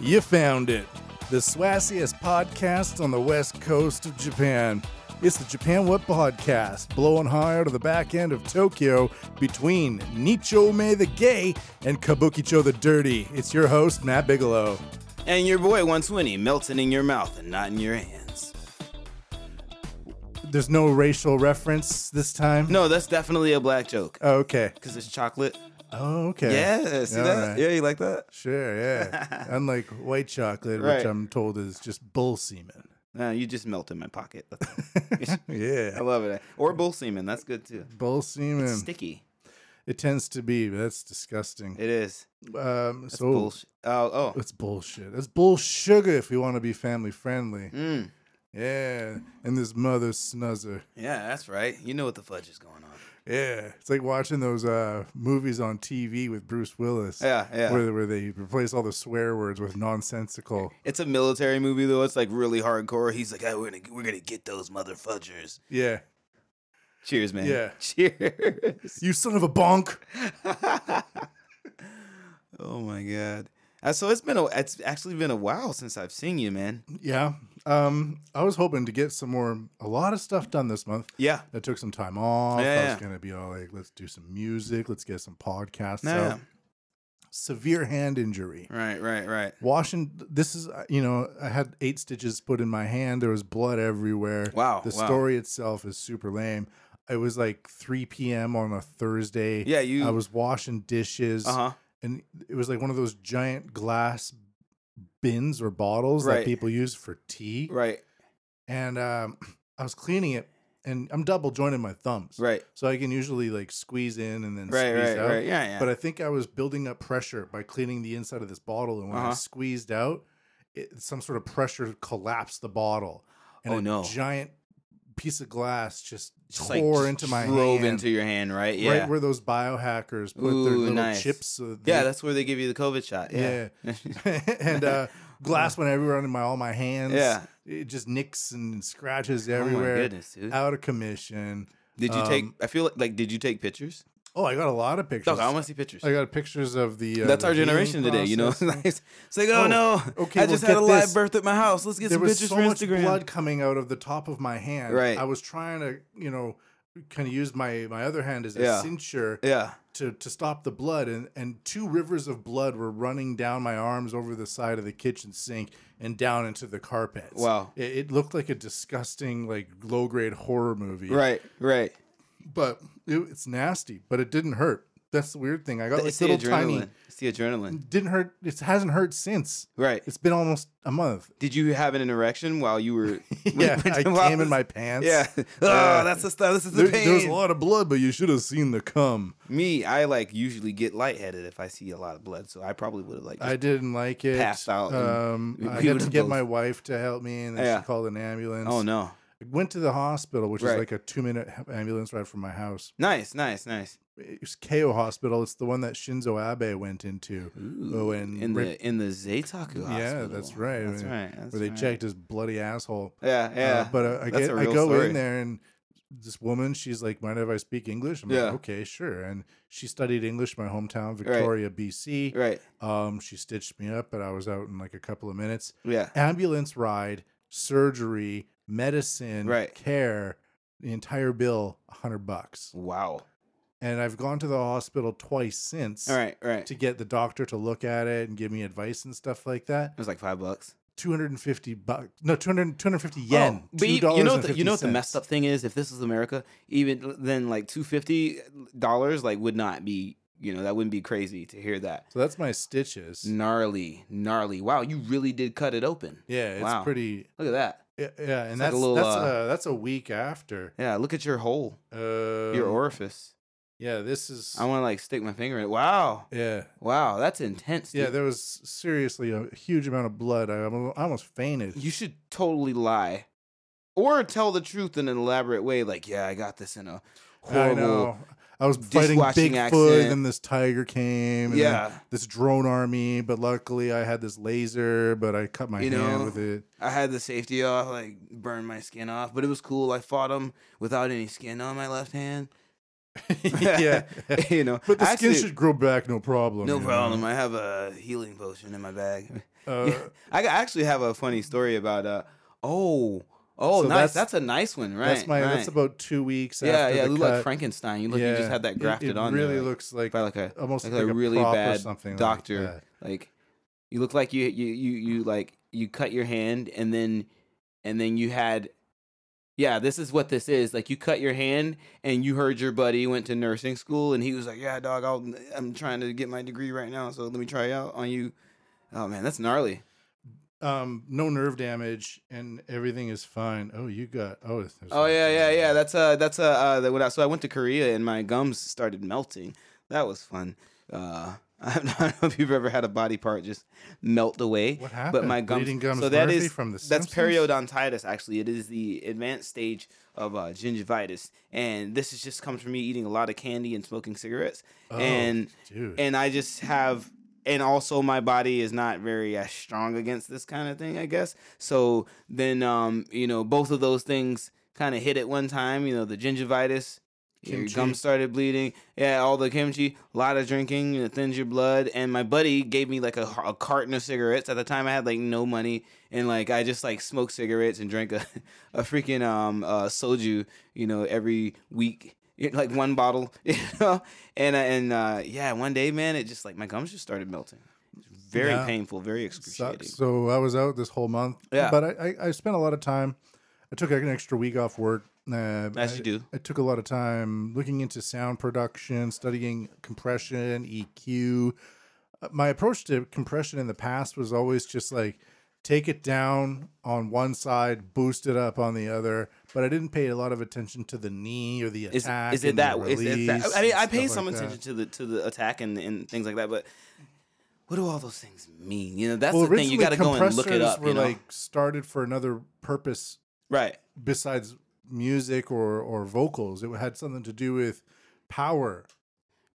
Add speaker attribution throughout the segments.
Speaker 1: You found it. The swassiest podcast on the west coast of Japan. It's the Japan What Podcast, blowing high out of the back end of Tokyo between Nichome the Gay and Kabukicho the Dirty. It's your host, Matt Bigelow.
Speaker 2: And your boy 120 melting in your mouth and not in your hands.
Speaker 1: There's no racial reference this time?
Speaker 2: No, that's definitely a black joke.
Speaker 1: Oh, okay.
Speaker 2: Because it's chocolate.
Speaker 1: Oh, okay.
Speaker 2: Yeah, see
Speaker 1: All
Speaker 2: that?
Speaker 1: right.
Speaker 2: Yeah, you like that?
Speaker 1: Sure, yeah. Unlike white chocolate, which
Speaker 2: Right.
Speaker 1: I'm told is just bull semen.
Speaker 2: No, you just melt in my pocket. I
Speaker 1: Yeah.
Speaker 2: love it. Or bull semen. That's good too.
Speaker 1: Bull semen.
Speaker 2: Sticky.
Speaker 1: It tends to be, but that's disgusting.
Speaker 2: It is.
Speaker 1: Um,
Speaker 2: That's
Speaker 1: so
Speaker 2: bullshit. Oh, oh.
Speaker 1: it's bullshit. It's bull sugar if we want to be family friendly.
Speaker 2: Mm.
Speaker 1: Yeah, and this mother snuzzer.
Speaker 2: Yeah, that's right. You know what the fudge is going on.
Speaker 1: Yeah, it's like watching those uh, movies on TV with Bruce Willis.
Speaker 2: Yeah, yeah.
Speaker 1: Where, where they replace all the swear words with nonsensical.
Speaker 2: It's a military movie though. It's like really hardcore. He's like, "Hey, we're gonna we're gonna get those motherfudgers.
Speaker 1: Yeah,
Speaker 2: Cheers, man.
Speaker 1: Yeah.
Speaker 2: Cheers.
Speaker 1: you son of a bonk.
Speaker 2: oh my god. Uh, So it's been a it's actually been a while since I've seen you, man.
Speaker 1: Yeah, um, I was hoping to get some more, a lot of stuff done this month.
Speaker 2: Yeah.
Speaker 1: I took some time off. I
Speaker 2: Yeah.
Speaker 1: was gonna be all like, let's do some music, let's get some podcasts
Speaker 2: Yeah.
Speaker 1: out. Severe hand injury.
Speaker 2: Right. Right. Right.
Speaker 1: Washington. This is uh, you know I had eight stitches put in my hand. There was blood everywhere.
Speaker 2: Wow,
Speaker 1: The
Speaker 2: wow.
Speaker 1: story itself is super lame. It was like 3 p.m. on a Thursday.
Speaker 2: Yeah. You.
Speaker 1: I was washing dishes,
Speaker 2: Uh huh.
Speaker 1: and it was like one of those giant glass bins or bottles that
Speaker 2: Right.
Speaker 1: people use for tea.
Speaker 2: Right.
Speaker 1: And um, I was cleaning it, and I'm double jointed my thumbs,
Speaker 2: Right.
Speaker 1: so I can usually like squeeze in and then
Speaker 2: Right.
Speaker 1: squeeze
Speaker 2: Right.
Speaker 1: out
Speaker 2: Right. Yeah. Yeah.
Speaker 1: but I think I was building up pressure by cleaning the inside of this bottle, and when I
Speaker 2: Uh-huh.
Speaker 1: squeezed out, it, some sort of pressure collapsed the bottle, and
Speaker 2: Oh,
Speaker 1: a
Speaker 2: no. giant
Speaker 1: giant piece of glass just,
Speaker 2: Just, like,
Speaker 1: tore
Speaker 2: just
Speaker 1: into my
Speaker 2: drove
Speaker 1: hand,
Speaker 2: into your hand. Right. Yeah.
Speaker 1: right where those biohackers put their
Speaker 2: Ooh,
Speaker 1: little
Speaker 2: nice.
Speaker 1: chips. So that
Speaker 2: yeah.
Speaker 1: they-
Speaker 2: That's where they give you the COVID shot. Yeah. Oh
Speaker 1: and uh, glass went everywhere on my all my hands.
Speaker 2: Yeah.
Speaker 1: it just nicks and scratches
Speaker 2: Oh my
Speaker 1: everywhere.
Speaker 2: goodness, dude.
Speaker 1: out of commission.
Speaker 2: Did you take?
Speaker 1: Um,
Speaker 2: I feel like, like did you take pictures?
Speaker 1: Oh, I got a lot of pictures.
Speaker 2: Dog, I want to see pictures.
Speaker 1: I got pictures of Oh, the. Uh,
Speaker 2: That's
Speaker 1: the
Speaker 2: our
Speaker 1: healing
Speaker 2: generation today, you know.
Speaker 1: process.
Speaker 2: it's like, oh,
Speaker 1: Oh,
Speaker 2: no,
Speaker 1: okay,
Speaker 2: I
Speaker 1: well,
Speaker 2: just
Speaker 1: get
Speaker 2: had a live
Speaker 1: this.
Speaker 2: birth at my house. Let's get
Speaker 1: there
Speaker 2: some
Speaker 1: was
Speaker 2: pictures
Speaker 1: so
Speaker 2: for
Speaker 1: much
Speaker 2: Instagram.
Speaker 1: blood coming out of the top of my hand.
Speaker 2: Right.
Speaker 1: I was trying to, you know, kind of use my my other hand as a
Speaker 2: Yeah.
Speaker 1: cincture
Speaker 2: Yeah,
Speaker 1: to to stop the blood, and and two rivers of blood were running down my arms over the side of the kitchen sink and down into the carpet.
Speaker 2: Wow.
Speaker 1: It, it looked like a disgusting, like low grade horror movie.
Speaker 2: right, right.
Speaker 1: But it, it's nasty, but it didn't hurt. That's the weird thing. I got
Speaker 2: it's
Speaker 1: like
Speaker 2: the
Speaker 1: little
Speaker 2: adrenaline.
Speaker 1: tiny.
Speaker 2: It's the adrenaline.
Speaker 1: Didn't hurt. It hasn't hurt since.
Speaker 2: Right.
Speaker 1: It's been almost a month.
Speaker 2: Did you have an erection while you were?
Speaker 1: Yeah, I
Speaker 2: while-
Speaker 1: came in my pants.
Speaker 2: Yeah.
Speaker 1: Yeah.
Speaker 2: Oh, that's the stuff. This is the
Speaker 1: There,
Speaker 2: pain.
Speaker 1: there's a lot of blood, but you should have seen the cum.
Speaker 2: Me, I like usually get lightheaded if I see a lot of blood, so I probably would have like.
Speaker 1: I didn't like it.
Speaker 2: passed out and
Speaker 1: Um,
Speaker 2: we-
Speaker 1: I
Speaker 2: we
Speaker 1: had
Speaker 2: would've
Speaker 1: to get
Speaker 2: both-
Speaker 1: my wife to help me, and then
Speaker 2: Yeah.
Speaker 1: she called an ambulance.
Speaker 2: oh no!
Speaker 1: Went to the hospital, which is
Speaker 2: Right.
Speaker 1: like a two-minute h- ambulance ride from my house.
Speaker 2: Nice, nice, nice.
Speaker 1: It was KO Hospital. It's the one that Shinzo Abe went into.
Speaker 2: Ooh,
Speaker 1: and
Speaker 2: in
Speaker 1: Rick-
Speaker 2: the in the Zaytaku
Speaker 1: Yeah,
Speaker 2: hospital.
Speaker 1: that's right.
Speaker 2: That's
Speaker 1: Where-
Speaker 2: right. That's
Speaker 1: Where they
Speaker 2: right.
Speaker 1: checked his bloody asshole.
Speaker 2: Yeah,
Speaker 1: Uh,
Speaker 2: yeah.
Speaker 1: but uh, I
Speaker 2: That's
Speaker 1: get,
Speaker 2: a
Speaker 1: I
Speaker 2: real
Speaker 1: go
Speaker 2: story.
Speaker 1: in there and this woman, she's like, "Mind if I speak English?" I'm
Speaker 2: Yeah.
Speaker 1: like, "Okay, sure." And she studied English, in my hometown,
Speaker 2: Right.
Speaker 1: Victoria, BC.
Speaker 2: right.
Speaker 1: Um, she stitched me up, but I was out in like a couple of minutes.
Speaker 2: Yeah.
Speaker 1: Ambulance ride, surgery, medicine,
Speaker 2: Right.
Speaker 1: care, the entire bill, a hundred bucks.
Speaker 2: Wow.
Speaker 1: And I've gone to the hospital twice since
Speaker 2: All right, all right.
Speaker 1: to get the doctor to look at it and give me advice and stuff like that.
Speaker 2: It was like five bucks.
Speaker 1: Two hundred and fifty bucks, no, 200, 250 yen.
Speaker 2: Oh, but you, you know, what the, you know what the
Speaker 1: $2.50.
Speaker 2: messed up thing is? If this was America, even l- then, like two fifty dollars, like would not be, you know, that wouldn't be crazy to hear that.
Speaker 1: So that's my stitches.
Speaker 2: Gnarly, gnarly. Wow, you really did cut it open.
Speaker 1: Yeah, it's
Speaker 2: Wow.
Speaker 1: pretty.
Speaker 2: Look at that.
Speaker 1: Yeah, yeah and
Speaker 2: It's like a
Speaker 1: that's
Speaker 2: little,
Speaker 1: that's
Speaker 2: uh,
Speaker 1: uh, that's a week after.
Speaker 2: Yeah, look at your hole,
Speaker 1: Uh,
Speaker 2: your orifice.
Speaker 1: yeah, this is.
Speaker 2: I want to like stick my finger in it. Wow,
Speaker 1: yeah,
Speaker 2: wow, that's intense.
Speaker 1: Yeah,
Speaker 2: dude.
Speaker 1: there was seriously a huge amount of blood. I, almo- I almost fainted.
Speaker 2: you should totally lie or tell the truth in an elaborate way like yeah i got this in a
Speaker 1: I
Speaker 2: horrible
Speaker 1: know. I was fighting
Speaker 2: Dishwashing
Speaker 1: Bigfoot,
Speaker 2: accent.
Speaker 1: and then this tiger came. And then
Speaker 2: yeah.
Speaker 1: This drone army, but luckily I had this laser, but I cut my
Speaker 2: You
Speaker 1: hand
Speaker 2: know,
Speaker 1: with it.
Speaker 2: I had the safety off, like burned my skin off, but it was cool. I fought him without any skin on my left hand.
Speaker 1: yeah.
Speaker 2: you know,
Speaker 1: But the
Speaker 2: actually,
Speaker 1: skin should grow back, no problem.
Speaker 2: no
Speaker 1: you know?
Speaker 2: problem. I have a healing potion in my bag.
Speaker 1: Uh,
Speaker 2: Yeah. I got- actually have a funny story about uh oh oh
Speaker 1: So
Speaker 2: nice
Speaker 1: that's-
Speaker 2: that's, a nice one right
Speaker 1: That's my.
Speaker 2: right.
Speaker 1: That's about two weeks.
Speaker 2: yeah
Speaker 1: after
Speaker 2: yeah
Speaker 1: the
Speaker 2: you look
Speaker 1: cut.
Speaker 2: like Frankenstein you look you just had
Speaker 1: It-
Speaker 2: that grafted
Speaker 1: it,
Speaker 2: on
Speaker 1: Really
Speaker 2: there, like,
Speaker 1: looks like
Speaker 2: by like a
Speaker 1: almost
Speaker 2: like
Speaker 1: like,
Speaker 2: a
Speaker 1: a
Speaker 2: really
Speaker 1: prop or
Speaker 2: bad
Speaker 1: something like
Speaker 2: doctor
Speaker 1: that.
Speaker 2: like you look like you you you you like you cut your hand and then and then you had yeah this is what this is like you cut your hand and you heard your buddy went to nursing school and he was like yeah dog I'll, I'm trying to get my degree right now so let me try out on you oh man that's gnarly
Speaker 1: um no nerve damage and everything is fine oh you got oh it's- there's
Speaker 2: Oh
Speaker 1: no
Speaker 2: yeah, yeah,
Speaker 1: damage.
Speaker 2: yeah. That's uh, that's uh, uh that when I, so I went to Korea and my gums started melting. That was fun. Uh, I don't know if you've ever had a body part just melt away.
Speaker 1: what happened
Speaker 2: But my gums.
Speaker 1: Bleeding gums
Speaker 2: so that
Speaker 1: Murphy
Speaker 2: is
Speaker 1: from the
Speaker 2: that's
Speaker 1: Simpsons?
Speaker 2: periodontitis. Actually, it is the advanced stage of uh, gingivitis, and this is just comes from me eating a lot of candy and smoking cigarettes,
Speaker 1: Oh,
Speaker 2: and
Speaker 1: dude
Speaker 2: and I just have. And also, my body is not very as strong against this kind of thing, I guess. So then, um, you know, both of those things kind of hit at one time. You know, the gingivitis, your
Speaker 1: Kimchi.
Speaker 2: gums started bleeding. Yeah, all the kimchi, a lot of drinking, it thins your blood. And my buddy gave me like a, a carton of cigarettes. At the time, I had like no money, and like I just like smoked cigarettes and drank a, a freaking um uh, soju, you know, every week, It- like one bottle, you know. And uh, and uh, yeah, one day, man, it just like my gums just started melting. Very
Speaker 1: Yeah.
Speaker 2: painful, very excruciating.
Speaker 1: sucks. So I was out this whole month.
Speaker 2: Yeah.
Speaker 1: But I, I, I spent a lot of time. I took like, an extra week off work. Uh,
Speaker 2: As
Speaker 1: I,
Speaker 2: you do.
Speaker 1: I took a lot of time looking into sound production, studying compression, EQ. Uh, My approach to compression in the past was always just like take it down on one side, boost it up on the other. But I didn't pay a lot of attention to the knee or the
Speaker 2: Is,
Speaker 1: attack.
Speaker 2: is it
Speaker 1: and the
Speaker 2: that? Is it that?
Speaker 1: release
Speaker 2: I mean,
Speaker 1: and
Speaker 2: I pay
Speaker 1: stuff
Speaker 2: some
Speaker 1: like that.
Speaker 2: attention to the to the attack and, and things like that, but what do all those things mean? You know, that's the thing. You
Speaker 1: originally
Speaker 2: got to go and look it
Speaker 1: compressors
Speaker 2: up.
Speaker 1: Were
Speaker 2: You know,
Speaker 1: like started for another purpose
Speaker 2: right?
Speaker 1: besides music or or vocals it had something to do with power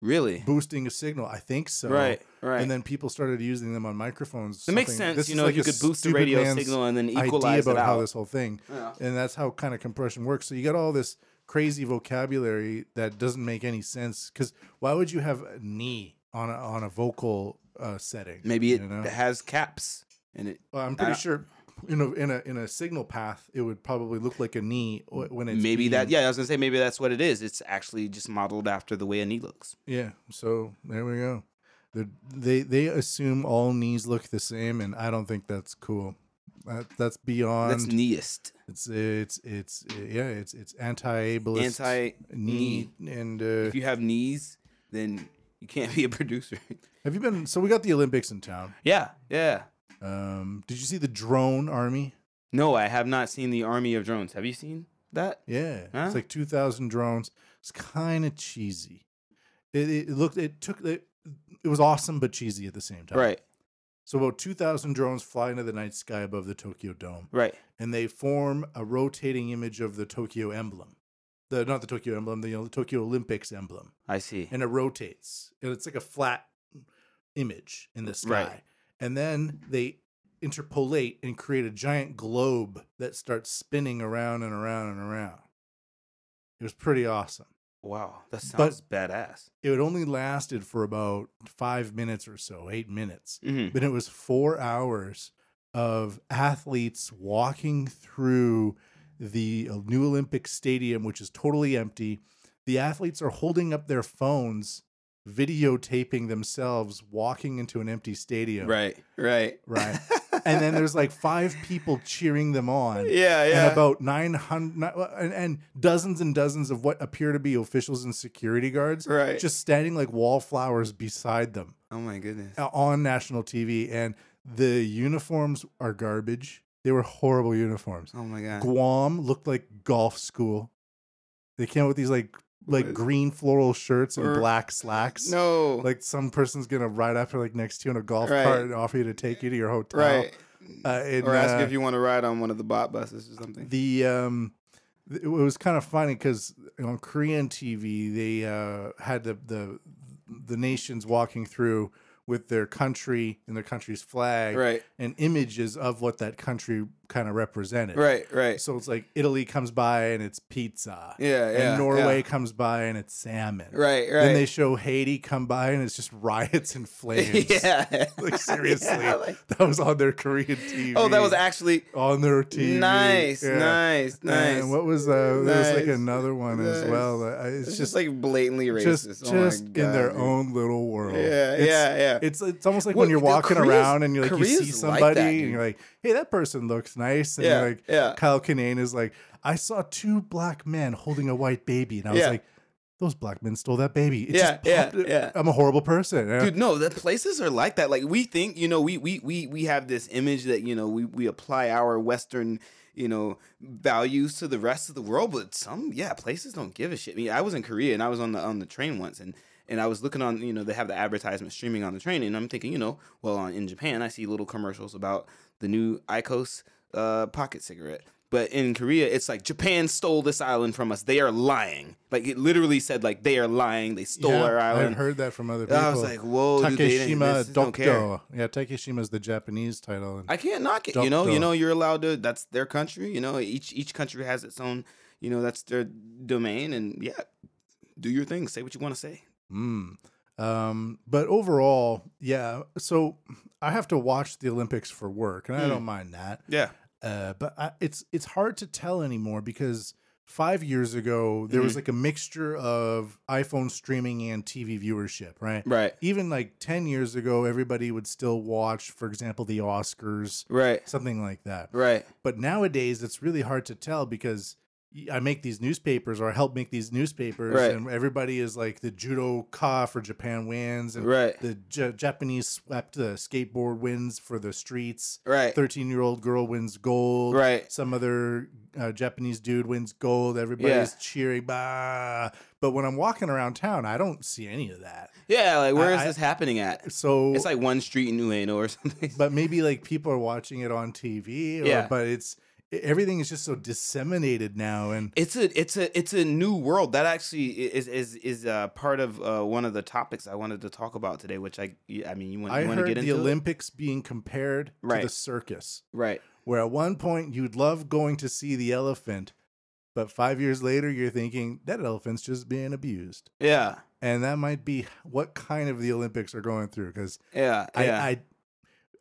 Speaker 2: Really?
Speaker 1: boosting a signal i think so
Speaker 2: right. Right.
Speaker 1: and then people started using them on microphones
Speaker 2: it makes
Speaker 1: something-
Speaker 2: sense.
Speaker 1: this
Speaker 2: You
Speaker 1: is
Speaker 2: know,
Speaker 1: like
Speaker 2: you
Speaker 1: a
Speaker 2: could boost the
Speaker 1: stupid
Speaker 2: radio
Speaker 1: man's
Speaker 2: signal and then
Speaker 1: idea
Speaker 2: equalize
Speaker 1: about
Speaker 2: it out.
Speaker 1: how this whole thing
Speaker 2: Yeah.
Speaker 1: and that's how kind of compression works so you got all this crazy vocabulary that doesn't make any sense because why would you have a knee on a, on a vocal uh, setting
Speaker 2: Maybe it
Speaker 1: you know?
Speaker 2: has caps and it
Speaker 1: Well, i'm pretty
Speaker 2: I-
Speaker 1: sure you know in a in a signal path it would probably look like a knee wh- when it's
Speaker 2: maybe
Speaker 1: being-
Speaker 2: that. Yeah, I was gonna say maybe that's what it is. It's actually just modeled after the way a knee looks.
Speaker 1: Yeah. So there we go. They're, they they assume all knees look the same, and I don't think that's cool. That, that's
Speaker 2: That's
Speaker 1: beyond.
Speaker 2: kneeist.
Speaker 1: it's it's it's yeah. It's it's anti-ableist
Speaker 2: Anti.
Speaker 1: knee. And uh,
Speaker 2: If you have knees, then you can't be a producer.
Speaker 1: have you been? So we got the Olympics in town.
Speaker 2: yeah. Yeah.
Speaker 1: Um, did you see the drone army?
Speaker 2: No, I have not seen the Army of Drones. Have you seen that?
Speaker 1: Yeah,
Speaker 2: Huh?
Speaker 1: it's like two thousand drones. It's kind of cheesy. It, it looked. It took. It, it was awesome, but cheesy at the same time.
Speaker 2: Right,
Speaker 1: So about two thousand drones fly into the night sky above the Tokyo Dome.
Speaker 2: right.
Speaker 1: and they form a rotating image of the Tokyo emblem. The not the Tokyo emblem, the, the Tokyo Olympics emblem,
Speaker 2: I see.
Speaker 1: and it rotates, and it's like a flat image in the sky.
Speaker 2: Right.
Speaker 1: And then they interpolate and create a giant globe that starts spinning around and around and around. It was pretty awesome.
Speaker 2: Wow, that
Speaker 1: But-
Speaker 2: sounds badass.
Speaker 1: It only lasted for about five minutes or so, eight minutes
Speaker 2: Mm-hmm.
Speaker 1: but it was four hours of athletes walking through the uh, new Olympic Stadium, which is totally empty. The athletes are holding up their phones, videotaping themselves walking into an empty stadium.
Speaker 2: Right, right,
Speaker 1: Right. and then there's like five people cheering them on.
Speaker 2: yeah, yeah.
Speaker 1: And about 900 and, and dozens and dozens of what appear to be officials and security guards
Speaker 2: right.
Speaker 1: just standing like wallflowers beside them
Speaker 2: oh my goodness.
Speaker 1: uh, on national TV, and the uniforms are garbage. They were horrible uniforms.
Speaker 2: Oh my god.
Speaker 1: Guam looked like golf school. They came out with these like like
Speaker 2: What?
Speaker 1: green floral shirts and
Speaker 2: Or-
Speaker 1: black slacks.
Speaker 2: No.
Speaker 1: Like some person's gonna ride up like next to you in a golf
Speaker 2: Right.
Speaker 1: cart and offer you to take you to your hotel.
Speaker 2: right.
Speaker 1: Uh, and,
Speaker 2: or ask
Speaker 1: uh,
Speaker 2: if you want to ride on one of the bot buses or something.
Speaker 1: the um it was kind of funny because on Korean TV they uh, had the, the the nations walking through with their country and their country's flag
Speaker 2: Right.
Speaker 1: and images of what that country kind of represented.
Speaker 2: Right. Right.
Speaker 1: So it's like Italy comes by and it's pizza.
Speaker 2: Yeah, yeah,
Speaker 1: And Norway
Speaker 2: yeah.
Speaker 1: comes by and it's salmon.
Speaker 2: Right. Right.
Speaker 1: Then they show Haiti come by and it's just riots and flames.
Speaker 2: yeah.
Speaker 1: Like seriously,
Speaker 2: Yeah, like-
Speaker 1: that was on their Korean TV.
Speaker 2: oh, that was actually
Speaker 1: on their TV.
Speaker 2: nice,
Speaker 1: Yeah.
Speaker 2: nice, nice.
Speaker 1: And what was uh, there was like
Speaker 2: Nice.
Speaker 1: another one as
Speaker 2: Nice.
Speaker 1: well. that I- It's,
Speaker 2: it's
Speaker 1: just
Speaker 2: just like blatantly
Speaker 1: just
Speaker 2: racist. oh my
Speaker 1: just in
Speaker 2: God,
Speaker 1: their
Speaker 2: dude.
Speaker 1: own little world.
Speaker 2: Yeah,
Speaker 1: It's-
Speaker 2: yeah, yeah.
Speaker 1: It's it's almost like
Speaker 2: Well,
Speaker 1: when you're
Speaker 2: the
Speaker 1: walking
Speaker 2: Korea's-
Speaker 1: around and you like you see
Speaker 2: Korea's like
Speaker 1: somebody
Speaker 2: that,
Speaker 1: and
Speaker 2: dude.
Speaker 1: you're like, hey, that person looks nice. And
Speaker 2: Yeah,
Speaker 1: you're like
Speaker 2: yeah.
Speaker 1: Kyle Kinane is like, I saw two black men holding a white baby, and I was
Speaker 2: Yeah.
Speaker 1: like, those black men stole that baby. It
Speaker 2: Yeah,
Speaker 1: just
Speaker 2: yeah,
Speaker 1: popped-
Speaker 2: yeah.
Speaker 1: I'm a horrible person. Yeah.
Speaker 2: Dude, no, the places are like that. Like we think, you know, we we we we have this image that you know we we apply our Western, you know, values to the rest of the world. But some, yeah, places don't give a shit. I mean, I was in Korea and I was on the on the train once and. And I was looking on, you know, they have the advertisement streaming on the train, and I'm thinking, you know, well, on, in Japan, I see little commercials about the new Icos uh, pocket cigarette. But in Korea, it's like Japan stole this island from us. They are lying. Like it literally said, like they are lying. They stole
Speaker 1: Yeah,
Speaker 2: our
Speaker 1: I've
Speaker 2: island.
Speaker 1: heard that from other people.
Speaker 2: I was like, whoa, dude, they didn't,
Speaker 1: Takeshima
Speaker 2: this is- don't care.
Speaker 1: Dokdo. Yeah, Takeshima's the Japanese title. And
Speaker 2: I can't knock it. You know,
Speaker 1: Doctor.
Speaker 2: you know, you're allowed to. That's their country. You know, each each country has its own. You know, that's their domain, and yeah, do your thing. Say what you want to say.
Speaker 1: Mm. Um, but overall, yeah. So I have to watch the Olympics for work, and I
Speaker 2: Mm.
Speaker 1: don't mind that.
Speaker 2: Yeah,
Speaker 1: Uh, but I, it's it's hard to tell anymore because five years ago there
Speaker 2: Mm-hmm.
Speaker 1: was like a mixture of iPhone streaming and TV viewership, right?
Speaker 2: right,
Speaker 1: Even like ten years ago, everybody would still watch, for example, the Oscars,
Speaker 2: right,
Speaker 1: something like that.
Speaker 2: right.
Speaker 1: But nowadays, it's really hard to tell because y- I make these newspapers or I help make these newspapers,
Speaker 2: Right.
Speaker 1: and everybody is like the judo ka for Japan wins, and
Speaker 2: Right.
Speaker 1: the J- Japanese swept the skateboard wins for the streets.
Speaker 2: Right,
Speaker 1: Thirteen-year-old girl wins gold.
Speaker 2: right,
Speaker 1: Some other uh, Japanese dude wins gold. Everybody's cheering. Bah. But when I'm walking around town, I don't see any of that.
Speaker 2: yeah. Like, where is
Speaker 1: I-
Speaker 2: this happening at?
Speaker 1: So
Speaker 2: It's like one street in Ueno or something.
Speaker 1: but maybe like people are watching it on TV. Or,
Speaker 2: Yeah.
Speaker 1: But it's e, everything is just so disseminated now, and
Speaker 2: it's a it's a it's a new world that actually i- is is is uh, part of uh, one of the topics I wanted to talk about today. Which I I mean, you want
Speaker 1: I
Speaker 2: you want to
Speaker 1: heard
Speaker 2: get into
Speaker 1: the
Speaker 2: it?
Speaker 1: Olympics being compared to
Speaker 2: Right.
Speaker 1: the circus,
Speaker 2: right?
Speaker 1: where at one point you'd love going to see the elephant, but five years later you're thinking that elephant's just being abused,
Speaker 2: Yeah,
Speaker 1: and that might be what kind of the Olympics are going through because
Speaker 2: yeah, yeah.
Speaker 1: I. I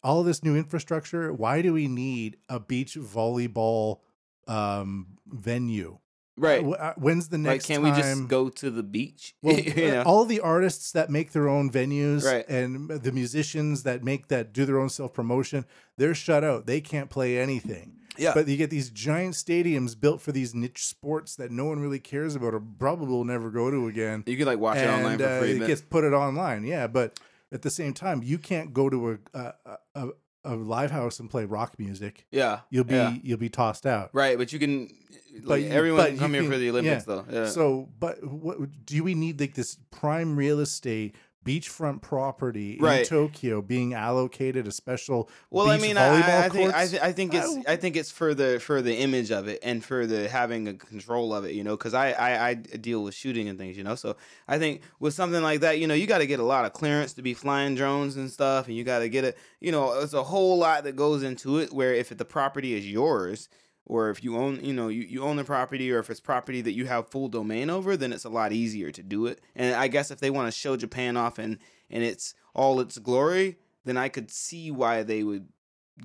Speaker 1: all this new infrastructure. Why do we need a beach volleyball um, venue?
Speaker 2: right.
Speaker 1: Wh- uh, When's the
Speaker 2: Like,
Speaker 1: next
Speaker 2: can
Speaker 1: time?
Speaker 2: we just go to the beach?
Speaker 1: Well, uh,
Speaker 2: you know?
Speaker 1: all the artists that make their own venues
Speaker 2: Right.
Speaker 1: and the musicians that make that do their own self promotion, they're shut out. They can't play anything.
Speaker 2: Yeah.
Speaker 1: But you get these giant stadiums built for these niche sports that no one really cares about or probably will never go to again.
Speaker 2: You can like watch it online
Speaker 1: And
Speaker 2: for
Speaker 1: uh,
Speaker 2: free.
Speaker 1: it
Speaker 2: but-
Speaker 1: gets put it online. Yeah. But at the same time, you can't go to a, a, a, a live house and play rock music.
Speaker 2: yeah,
Speaker 1: You'll be
Speaker 2: yeah.
Speaker 1: you'll be tossed out.
Speaker 2: right, but you can. Like,
Speaker 1: But you-
Speaker 2: everyone
Speaker 1: but
Speaker 2: can come
Speaker 1: you
Speaker 2: here for
Speaker 1: can-
Speaker 2: the Olympics,
Speaker 1: yeah.
Speaker 2: though. Yeah.
Speaker 1: So, but what do we need like this prime real estate beachfront property in
Speaker 2: Right.
Speaker 1: Tokyo being allocated a special
Speaker 2: well, I
Speaker 1: beach
Speaker 2: mean,
Speaker 1: volleyball
Speaker 2: I, I think I,
Speaker 1: courts?
Speaker 2: th- I think
Speaker 1: I
Speaker 2: it's
Speaker 1: don't-
Speaker 2: I, think it's for the for the image of it and for the having a control of it, you know, because I, I I deal with shooting and things, you know. So I think with something like that, you know, you got to get a lot of clearance to be flying drones and stuff, and you got to get it. You know, it's a whole lot that goes into it. Where if the property is yours, or if you own you know you, you own the property or if it's property that you have full domain over then it's a lot easier to do it and i guess if they want to show japan off and and it's all its glory then i could see why they would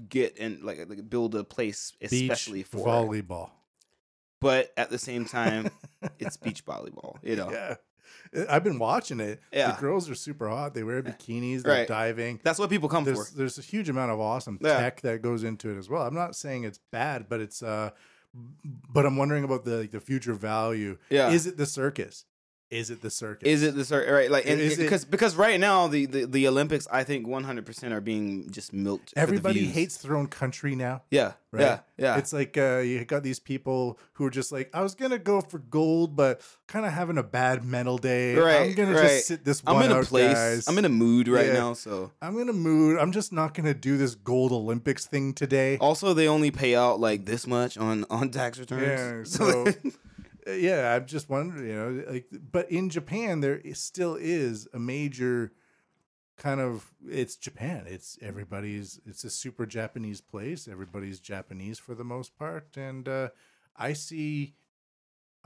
Speaker 2: get and like, like, build a place
Speaker 1: beach
Speaker 2: especially for it.
Speaker 1: volleyball.
Speaker 2: but at the same time it's beach volleyball you know
Speaker 1: Yeah. I've been watching it.
Speaker 2: Yeah. Eh,
Speaker 1: The girls are super hot. They wear bikinis, they're
Speaker 2: Right.
Speaker 1: diving.
Speaker 2: that's what people come
Speaker 1: There's
Speaker 2: for
Speaker 1: there's a huge amount of awesome
Speaker 2: Yeah.
Speaker 1: tech that goes into it as well. I'm not saying it's bad, but it's uh but I'm wondering about the like, the future value.
Speaker 2: yeah
Speaker 1: Is it the circus? Is it the circus?
Speaker 2: Is it the cir- right? Like, and
Speaker 1: Is it-
Speaker 2: because because right now the, the the Olympics, I think 100 percent are being just milked. for the
Speaker 1: Everybody
Speaker 2: views.
Speaker 1: hates their own country now.
Speaker 2: Yeah,
Speaker 1: right?
Speaker 2: yeah, yeah.
Speaker 1: It's like uh, you got these people who are just like, I was gonna go for gold, but kind of having a bad mental day. I'm
Speaker 2: Right,
Speaker 1: gonna
Speaker 2: right.
Speaker 1: just sit this one
Speaker 2: I'm in a
Speaker 1: out,
Speaker 2: place.
Speaker 1: guys.
Speaker 2: I'm in a mood right
Speaker 1: Yeah.
Speaker 2: now. So
Speaker 1: I'm in a mood. I'm just not gonna do this gold Olympics thing today.
Speaker 2: also, they only pay out like this much on on tax returns.
Speaker 1: Yeah, so uh, yeah, I'm just wondering, you know, like, but in Japan there is, still is a major kind of it's Japan. It's everybody's. It's a super Japanese place. Everybody's Japanese for the most part, and uh, I see.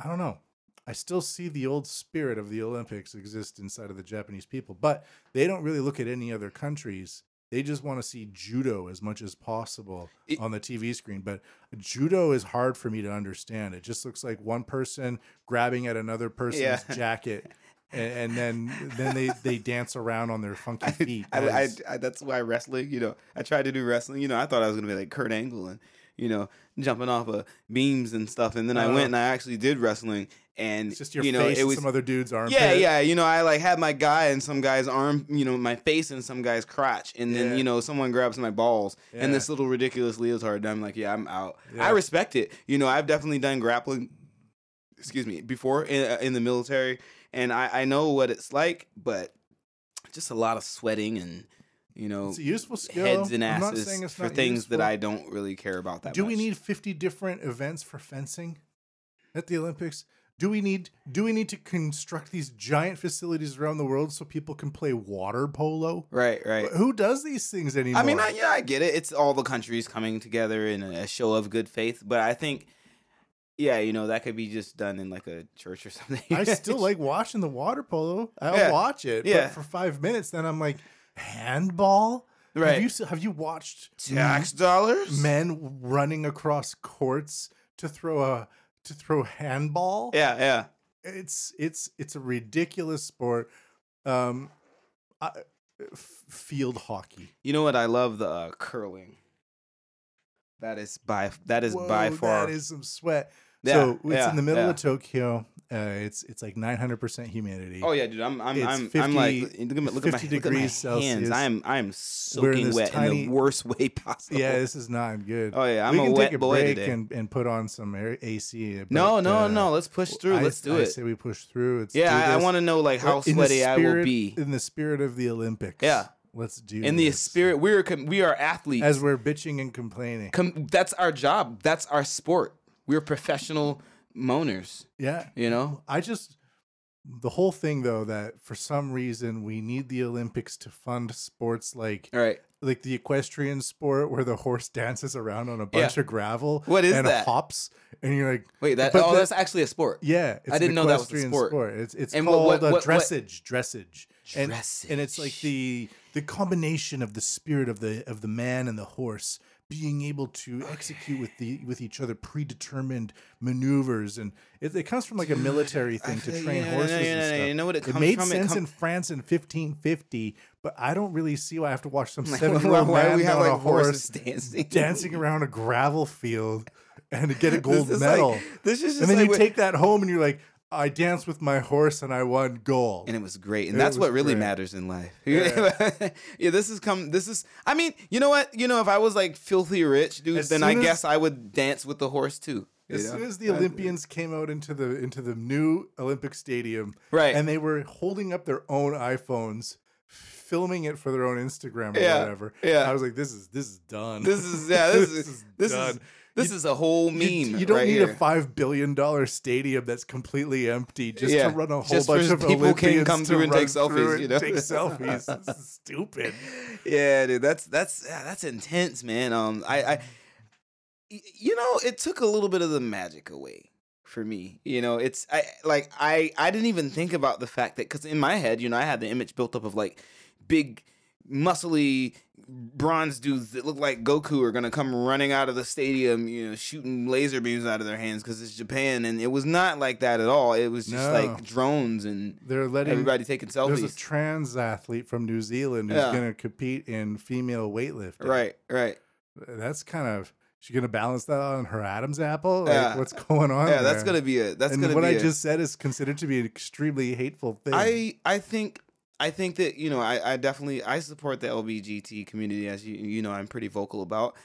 Speaker 1: I don't know. I still see the old spirit of the Olympics exist inside of the Japanese people, but they don't really look at any other countries. They just want to see judo as much as possible
Speaker 2: It-
Speaker 1: on the TV screen. But judo is hard for me to understand. It just looks like one person grabbing at another person's
Speaker 2: Yeah.
Speaker 1: jacket, and, and then then they they dance around on their funky feet.
Speaker 2: I, I,
Speaker 1: as-
Speaker 2: I, that's why wrestling. You know, I tried to do wrestling. You know, I thought I was gonna be like Kurt Angle and you know jumping off of beams and stuff. And then I
Speaker 1: Oh.
Speaker 2: went and I actually did wrestling. And
Speaker 1: it's just your
Speaker 2: you know,
Speaker 1: face
Speaker 2: it
Speaker 1: and
Speaker 2: was
Speaker 1: some other dude's armpit.
Speaker 2: yeah, yeah. You know, I like had my guy and some guy's arm. You know, my face and some guy's crotch. And then
Speaker 1: Yeah.
Speaker 2: you know, someone grabs my balls and
Speaker 1: Yeah.
Speaker 2: this little ridiculous leotard. And I'm like, yeah, I'm out.
Speaker 1: Yeah.
Speaker 2: I respect it. You know, I've definitely done grappling. Excuse me, before in, in the military, and I, I know what it's like, but just a lot of sweating and you know
Speaker 1: It's a useful skill.
Speaker 2: heads and
Speaker 1: I'm not
Speaker 2: asses
Speaker 1: saying it's
Speaker 2: for
Speaker 1: not
Speaker 2: things that
Speaker 1: useful.
Speaker 2: I don't really care about that
Speaker 1: Do we
Speaker 2: much.
Speaker 1: need 50 different events for fencing at the Olympics? Do we need do we need to construct these giant facilities around the world so people can play water polo?
Speaker 2: right, right.
Speaker 1: Who does these things anymore?
Speaker 2: I mean, I, yeah, I get it. It's all the countries coming together in a, a show of good faith, but I think, yeah, you know, that could be just done in like a church or something.
Speaker 1: I still like watching the water polo. I'll
Speaker 2: Yeah.
Speaker 1: watch it,
Speaker 2: Yeah.
Speaker 1: but for five minutes, then I'm like, handball. Have
Speaker 2: Right.
Speaker 1: you s- have you watched
Speaker 2: tax dollars.
Speaker 1: men running across courts to throw a to throw handball?
Speaker 2: Yeah, yeah.
Speaker 1: it's it's it's a ridiculous sport. Um, I, f- field hockey.
Speaker 2: You know what? I love the uh, curling. That is by that is by
Speaker 1: Whoa,
Speaker 2: far.
Speaker 1: that is some sweat.
Speaker 2: Yeah,
Speaker 1: so it's
Speaker 2: yeah,
Speaker 1: in the middle
Speaker 2: yeah.
Speaker 1: of Tokyo. Uh, it's it's like nine hundred percent humidity.
Speaker 2: Oh yeah, dude! I'm I'm
Speaker 1: It's
Speaker 2: I'm, I'm like
Speaker 1: 50
Speaker 2: look at my, look at my,
Speaker 1: 50
Speaker 2: look at my
Speaker 1: degrees
Speaker 2: hands.
Speaker 1: Celsius.
Speaker 2: I am I am soaking
Speaker 1: this
Speaker 2: wet
Speaker 1: tiny-
Speaker 2: in the worst way possible.
Speaker 1: yeah, this is not good.
Speaker 2: Oh yeah, I'm
Speaker 1: we
Speaker 2: a
Speaker 1: can
Speaker 2: wet
Speaker 1: take a
Speaker 2: boy
Speaker 1: break
Speaker 2: today.
Speaker 1: and, and put on some air, AC. but,
Speaker 2: no, no,
Speaker 1: uh,
Speaker 2: no. Let's push through.
Speaker 1: I-
Speaker 2: Let's do
Speaker 1: I
Speaker 2: it.
Speaker 1: say we push through. Let's
Speaker 2: yeah,
Speaker 1: do
Speaker 2: I, I
Speaker 1: this.
Speaker 2: want to know like how
Speaker 1: In the
Speaker 2: sweaty I will
Speaker 1: spirit-
Speaker 2: be.
Speaker 1: in the spirit of the Olympics.
Speaker 2: Yeah.
Speaker 1: let's do
Speaker 2: in the
Speaker 1: this.
Speaker 2: spirit we are com- we are athletes
Speaker 1: as we're bitching and complaining.
Speaker 2: Com- that's our job that's our sport we're professional moaners
Speaker 1: Yeah,
Speaker 2: you know
Speaker 1: I just the whole thing though that for some reason we need the Olympics to fund sports like
Speaker 2: all right
Speaker 1: like the equestrian sport where the horse dances around on a bunch of gravel
Speaker 2: What is
Speaker 1: and
Speaker 2: that?
Speaker 1: hops and you're like
Speaker 2: wait that
Speaker 1: But
Speaker 2: oh
Speaker 1: the-
Speaker 2: that's actually a sport
Speaker 1: yeah it's
Speaker 2: I
Speaker 1: an
Speaker 2: didn't know that was a
Speaker 1: equestrian
Speaker 2: sport.
Speaker 1: It's it's
Speaker 2: And what-
Speaker 1: called
Speaker 2: what-
Speaker 1: uh,
Speaker 2: what- what-
Speaker 1: dressage dressage and and it's like
Speaker 2: Dressage.
Speaker 1: the the combination of the spirit of the of the man and the horse being able to execute with the with each other predetermined maneuvers and it, it comes from like a military thing to
Speaker 2: feel-
Speaker 1: train
Speaker 2: yeah, no,
Speaker 1: horses
Speaker 2: no,
Speaker 1: and
Speaker 2: no, no,
Speaker 1: stuff.
Speaker 2: you know what it comes
Speaker 1: made
Speaker 2: from? It
Speaker 1: sense
Speaker 2: come-
Speaker 1: in France in 1550 but I don't really see why I have to watch some
Speaker 2: Like,
Speaker 1: seven year
Speaker 2: why,
Speaker 1: old
Speaker 2: why do
Speaker 1: man
Speaker 2: we have
Speaker 1: on
Speaker 2: like
Speaker 1: a
Speaker 2: horses
Speaker 1: horse
Speaker 2: dancing
Speaker 1: dancing around a gravel field and to get a
Speaker 2: This
Speaker 1: gold
Speaker 2: is like-
Speaker 1: medal
Speaker 2: this is just
Speaker 1: and then
Speaker 2: like
Speaker 1: you
Speaker 2: what-
Speaker 1: take that home and you're like, I danced with my horse and I won gold.
Speaker 2: and it was great
Speaker 1: It
Speaker 2: and that's
Speaker 1: was
Speaker 2: what really
Speaker 1: great.
Speaker 2: matters in life
Speaker 1: Yeah.
Speaker 2: yeah. this is come this is i mean you know what you know if i was like filthy rich dude
Speaker 1: As
Speaker 2: then i
Speaker 1: soon as-
Speaker 2: guess i would dance with the horse too you
Speaker 1: as
Speaker 2: know?
Speaker 1: soon as the
Speaker 2: I'd-
Speaker 1: Olympians came out into the into the new Olympic Stadium,
Speaker 2: Right.
Speaker 1: and they were holding up their own iPhones, filming it for their own Instagram or
Speaker 2: Yeah,
Speaker 1: whatever.
Speaker 2: yeah.
Speaker 1: I was like, this is this is done.
Speaker 2: this is yeah this, is this is
Speaker 1: done.
Speaker 2: this is a whole meme
Speaker 1: You, you don't
Speaker 2: right
Speaker 1: need
Speaker 2: here.
Speaker 1: a five billion dollar stadium that's completely empty just
Speaker 2: Yeah,
Speaker 1: to run a whole
Speaker 2: just for
Speaker 1: bunch of
Speaker 2: people can
Speaker 1: Olympians
Speaker 2: come
Speaker 1: to
Speaker 2: through and
Speaker 1: run
Speaker 2: take selfies,
Speaker 1: through and
Speaker 2: you know?
Speaker 1: take selfies. this is stupid.
Speaker 2: yeah, dude, that's that's yeah, that's intense, man. Um, I, I, y- you know, it took a little bit of the magic away for me. You know, it's I like I I didn't even think about the fact that because in my head, you know, I had the image built up of like big, muscly bronze dudes that look like Goku are gonna come running out of the stadium, you know, shooting laser beams out of their hands because it's Japan, and it was not like that at all. It was just
Speaker 1: No.
Speaker 2: like drones and
Speaker 1: They're letting
Speaker 2: everybody taking
Speaker 1: There's a
Speaker 2: selfies.
Speaker 1: trans athlete from New Zealand who's
Speaker 2: Yeah.
Speaker 1: going to compete in female weightlifting.
Speaker 2: right, right.
Speaker 1: That's kind of she gonna balance that on her Adam's apple? Like,
Speaker 2: Yeah.
Speaker 1: what's going on?
Speaker 2: yeah, that's
Speaker 1: there?
Speaker 2: gonna be it. That's
Speaker 1: and
Speaker 2: gonna
Speaker 1: what
Speaker 2: be
Speaker 1: I
Speaker 2: it.
Speaker 1: just said is considered to be an extremely hateful thing.
Speaker 2: I I think I think that you know I, I definitely I support the LGBT community as you you know I'm pretty vocal about.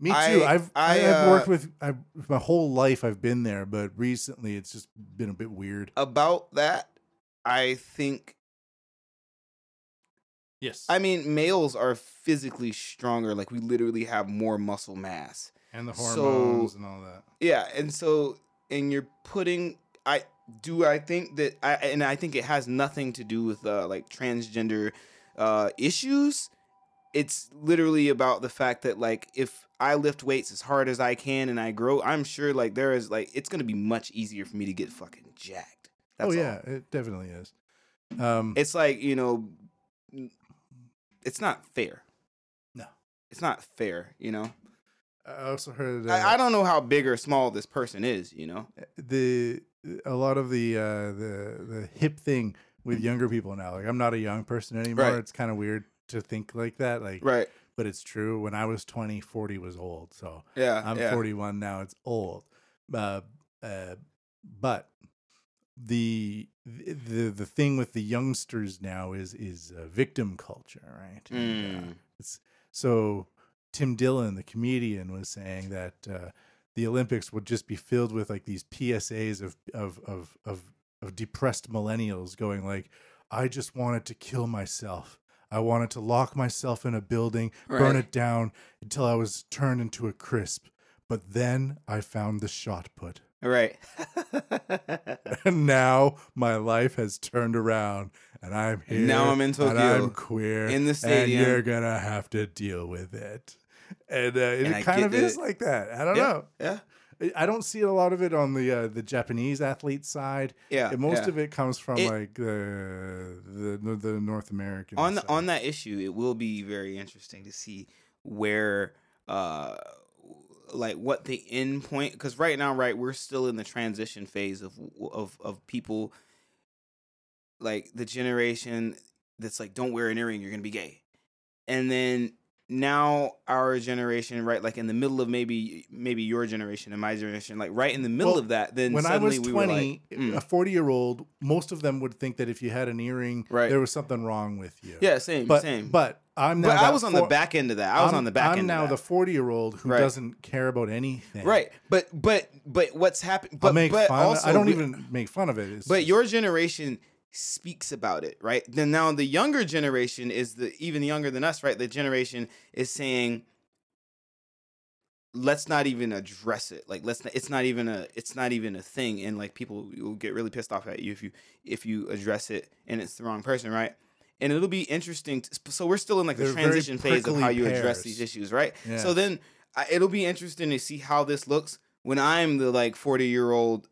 Speaker 1: Me too.
Speaker 2: I-
Speaker 1: I've I,
Speaker 2: I,
Speaker 1: have
Speaker 2: uh,
Speaker 1: worked with I, my whole life. I've been there, but recently it's just been a bit weird.
Speaker 2: About that, I think
Speaker 1: Yes,
Speaker 2: I mean males are physically stronger. Like we literally have more muscle mass.
Speaker 1: and the
Speaker 2: so-
Speaker 1: hormones and all that.
Speaker 2: Yeah, and so and you're putting I do I think that I and I think it has nothing to do with uh, like transgender uh, issues. It's literally about the fact that like if I lift weights as hard as I can and I grow, I'm sure like there is like it's gonna be much easier for me to get fucking jacked. That's
Speaker 1: oh
Speaker 2: all.
Speaker 1: yeah, it definitely is. Um,
Speaker 2: It's like you know, it's not fair.
Speaker 1: No.
Speaker 2: it's not fair. You know,
Speaker 1: I also heard uh,
Speaker 2: I, I don't know how big or small this person is. You know,
Speaker 1: the a lot of the uh, the the hip thing with younger people now. Like I'm not a young person anymore.
Speaker 2: Mm-hmm. Right.
Speaker 1: It's kind of weird to think like that. Like,
Speaker 2: right?
Speaker 1: but it's true. When I was 20, 40 was old. So
Speaker 2: Yeah,
Speaker 1: I'm
Speaker 2: yeah.
Speaker 1: 41 now. It's old. Uh, uh, but the the the thing with the youngsters now is is uh, victim culture, right? And, uh,
Speaker 2: Mm.
Speaker 1: so Tim Dillon, the comedian, was saying that uh, the Olympics would just be filled with like these PSAs of of of of, of depressed millennials going like, "I just wanted to kill myself. I wanted to lock myself in a building, burn
Speaker 2: Right.
Speaker 1: it down until I was turned into a crisp." But then I found the shot put.
Speaker 2: Right.
Speaker 1: And now my life has turned around and I'm here.
Speaker 2: And now I'm in
Speaker 1: And I'm
Speaker 2: Tokyo,
Speaker 1: queer.
Speaker 2: in the stadium.
Speaker 1: And you're going to have to deal with it. And, uh, it
Speaker 2: And I
Speaker 1: kind
Speaker 2: get
Speaker 1: of is
Speaker 2: it.
Speaker 1: like that. I don't
Speaker 2: Yeah.
Speaker 1: know.
Speaker 2: yeah.
Speaker 1: I- I don't see a lot of it on the uh, the Japanese athlete side.
Speaker 2: Yeah.
Speaker 1: And most
Speaker 2: Uh, yeah.
Speaker 1: of it comes from
Speaker 2: It-
Speaker 1: like the the the North American
Speaker 2: on the,
Speaker 1: side.
Speaker 2: on that issue, it will be very interesting to see where uh like what the end point because right now right we're still in the transition phase of of of people like the generation that's like don't wear an earring you're gonna be gay and then now our generation right like in the middle of maybe maybe your generation and my generation like right in the middle
Speaker 1: Well,
Speaker 2: of that then
Speaker 1: when I
Speaker 2: suddenly
Speaker 1: was uh,
Speaker 2: we were like,
Speaker 1: 20,
Speaker 2: mm.
Speaker 1: a 40 year old, most of them would think that if you had an earring,
Speaker 2: Right.
Speaker 1: there was something wrong with you.
Speaker 2: yeah same
Speaker 1: But,
Speaker 2: same
Speaker 1: but I'm now
Speaker 2: but I
Speaker 1: that
Speaker 2: was on the
Speaker 1: four-
Speaker 2: back end of that. I was
Speaker 1: I'm-
Speaker 2: on the back
Speaker 1: I'm
Speaker 2: end.
Speaker 1: now
Speaker 2: of
Speaker 1: the
Speaker 2: that.
Speaker 1: 40 year old who
Speaker 2: Right.
Speaker 1: doesn't care about anything.
Speaker 2: right, but but but what's happened?
Speaker 1: But
Speaker 2: But
Speaker 1: make
Speaker 2: but
Speaker 1: fun.
Speaker 2: also,
Speaker 1: I don't
Speaker 2: we-
Speaker 1: even make fun of it. It's
Speaker 2: But
Speaker 1: just-
Speaker 2: your generation speaks about it, right? Then now the younger generation is the even younger than us, right? The generation is saying, let's not even address it. Like let's not, it's not even a it's not even a thing, and like people will get really pissed off at you if you if you address it and it's the wrong person, right? And it'll be interesting. To, so we're still in like
Speaker 1: They're
Speaker 2: the
Speaker 1: very
Speaker 2: transition phase of
Speaker 1: prickly
Speaker 2: how you address
Speaker 1: pears.
Speaker 2: these issues, right?
Speaker 1: Yeah.
Speaker 2: So then I, it'll be interesting to see how this looks when I'm the like forty year old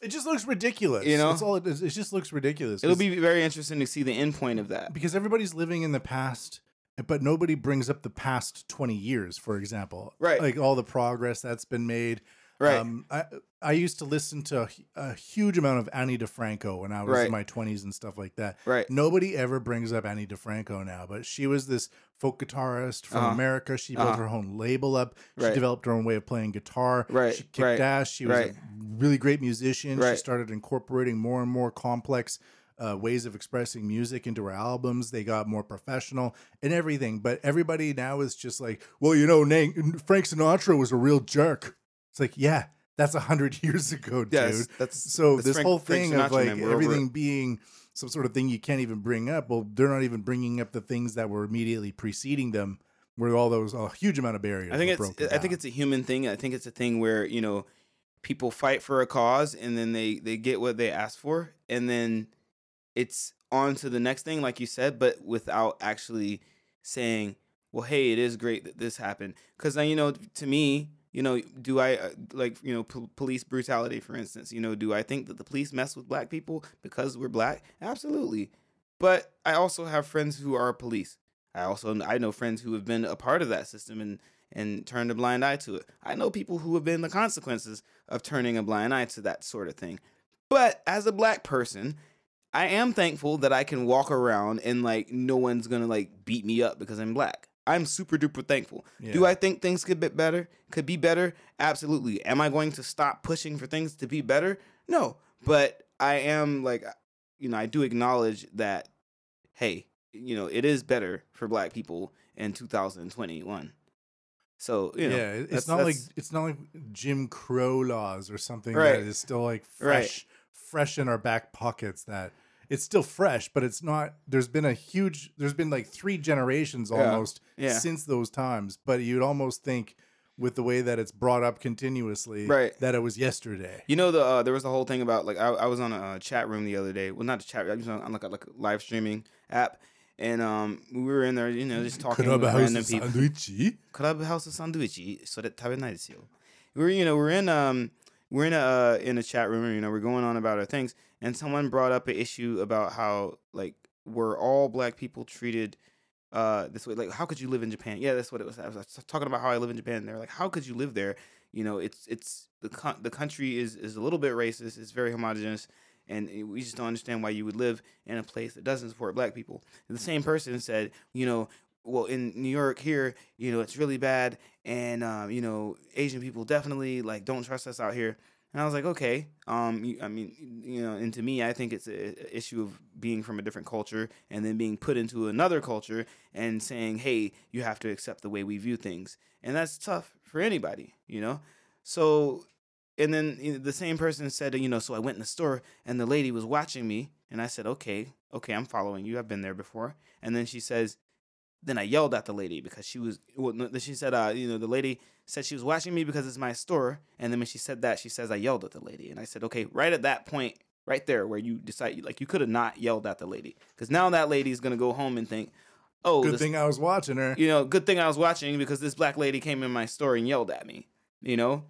Speaker 1: it just looks ridiculous.
Speaker 2: You know?
Speaker 1: that's all it is. It just looks ridiculous.
Speaker 2: It'll
Speaker 1: 'cause-
Speaker 2: be very interesting to see the end point of that.
Speaker 1: because everybody's living in the past, but nobody brings up the past 20 years, for example.
Speaker 2: Right.
Speaker 1: Like all the progress that's been made.
Speaker 2: Right.
Speaker 1: Um, I I used to listen to a, a huge amount of Annie DeFranco when I was in
Speaker 2: Right.
Speaker 1: my 20s and stuff like that.
Speaker 2: right.
Speaker 1: Nobody ever brings up Annie DeFranco now, but she was this folk guitarist from
Speaker 2: Uh-huh.
Speaker 1: America. She built
Speaker 2: Uh-huh.
Speaker 1: her own label up. She
Speaker 2: Right.
Speaker 1: developed her own way of playing guitar.
Speaker 2: Right,
Speaker 1: She kicked
Speaker 2: right,
Speaker 1: ass. She was
Speaker 2: right.
Speaker 1: a really great musician. She
Speaker 2: Right.
Speaker 1: started incorporating more and more complex uh, ways of expressing music into her albums. They got more professional and everything. But everybody now is just like, well, you know, Nan- Frank Sinatra was a real jerk. It's like, yeah, that's a hundred years ago, dude
Speaker 2: Yes. That's
Speaker 1: so
Speaker 2: That's
Speaker 1: this
Speaker 2: Frank-
Speaker 1: whole
Speaker 2: Frank
Speaker 1: thing
Speaker 2: Sinatra,
Speaker 1: of like
Speaker 2: man, we're over
Speaker 1: everything being some sort of thing you can't even bring up well they're not even bringing up the things that were immediately preceding them where all those a huge amount of barriers
Speaker 2: I think
Speaker 1: were
Speaker 2: it's
Speaker 1: broken
Speaker 2: I think
Speaker 1: down.
Speaker 2: it's a human thing. I think it's a thing where, you know, people fight for a cause and then they they get what they ask for and then it's on to the next thing like you said, but without actually saying, "Well, hey, it is great that this happened." Cuz you know, to me, you know, do I uh, like, you know, pol- police brutality for instance, you know, do I think that the police mess with black people because we're black? Absolutely. But I also have friends who are police. I also I know friends who have been a part of that system and and turned a blind eye to it. I know people who have been the consequences of turning a blind eye to that sort of thing. But as a black person, I am thankful that I can walk around and like no one's going to like beat me up because I'm black. I'm super duper thankful. Do I think things could be better? Could be better? Absolutely. Am I going to stop pushing for things to be better? No. But I am like uh, you know, I do acknowledge that hey, you know, it is better for black people in 2021. So, you know,
Speaker 1: yeah, it-
Speaker 2: that's-
Speaker 1: it's not like
Speaker 2: that's-
Speaker 1: it's not like Jim Crow laws or something
Speaker 2: Right.
Speaker 1: that is still like
Speaker 2: Right.
Speaker 1: fresh, fresh in our back pockets. That it's still fresh, but it's not. There's been a huge. There's been like three generations
Speaker 2: Yeah.
Speaker 1: almost
Speaker 2: Yeah.
Speaker 1: since those times. But you'd almost think, with the way that it's brought up continuously,
Speaker 2: Right.
Speaker 1: that it was yesterday.
Speaker 2: You know the uh, there was the whole thing about like I, I was on a uh, chat room the other day. Well, not a chat. room. I was on, on like a like a live streaming app, and um we were in there, you know, just talking with random
Speaker 1: Clubhouse
Speaker 2: people.
Speaker 1: sandwich.
Speaker 2: Clubhouse sandwich, so that tabenai We're you know we're in um we're in a uh, in a chat room. You know we're going on about our things, and someone brought up an issue about how like were all black people treated uh this way like how could you live in japan yeah that's what it was i was like, talking about how i live in japan they're like how could you live there you know it's it's the con- the country is is a little bit racist it's very homogenous and it- we just don't understand why you would live in a place that doesn't support black people and the same person said you know well in new york here you know it's really bad and um you know asian people definitely like don't trust us out here and i was like okay um you, i mean you know and to me i think it's a, a issue of being from a different culture and then being put into another culture and saying, "Hey, you have to accept the way we view things," and that's tough for anybody, you know. So, and then you know, the same person said, you know, so I went in the store and the lady was watching me, and I said, "Okay, okay, I'm following you. I've been there before." And then she says, then I yelled at the lady because she was. Well, no, she said, uh, you know, the lady said she was watching me because it's my store, and then when she said that, she says I yelled at the lady, and I said, okay, right at that point. Right there, where you decide, like you could have not yelled at the lady, because now that lady's gonna go home and think, "Oh,
Speaker 1: Good
Speaker 2: this-
Speaker 1: thing I was watching her.
Speaker 2: you know, good thing I was watching because this black lady came in my store and yelled at me, you know?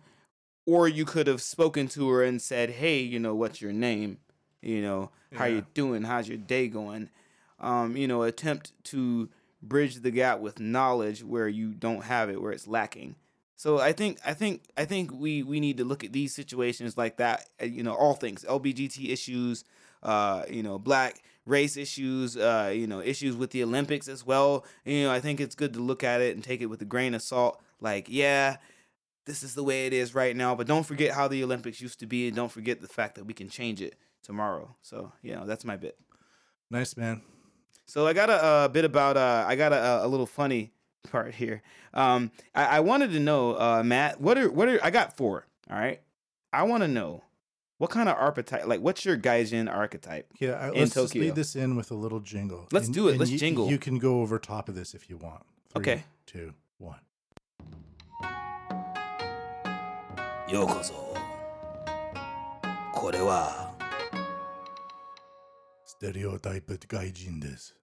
Speaker 2: Or you could have spoken to her and said, hey, you know, what's your name? You know, how
Speaker 1: Yeah.
Speaker 2: you doing? How's your day going? Um, you know, attempt to bridge the gap with knowledge where you don't have it, where it's lacking. So I think I think I think we we need to look at these situations like that. uh, You know, all things LBGT issues, uh, you know, black race issues, uh, you know, issues with the Olympics as well. You know, I think it's good to look at it and take it with a grain of salt. Like, yeah, this is the way it is right now, but don't forget how the Olympics used to be, and don't forget the fact that we can change it tomorrow. So, you know, that's my bit.
Speaker 1: Nice man.
Speaker 2: So I got a, uh bit about uh, I got a, a little funny part here. Um, I, I wanted to know, uh, Matt, what are what are I got four? All right, I want to know what kind of archetype, like what's your Gaijin archetype?
Speaker 1: Yeah, I,
Speaker 2: in
Speaker 1: let's just
Speaker 2: Tokyo.
Speaker 1: lead this in with a little jingle.
Speaker 2: Let's do it. Let's
Speaker 1: you-
Speaker 2: jingle.
Speaker 1: You can go over top of this if you want. Three,
Speaker 2: Okay.
Speaker 1: Two, one.
Speaker 2: Yokozo. Korewa.
Speaker 1: Stereotype gaijin this.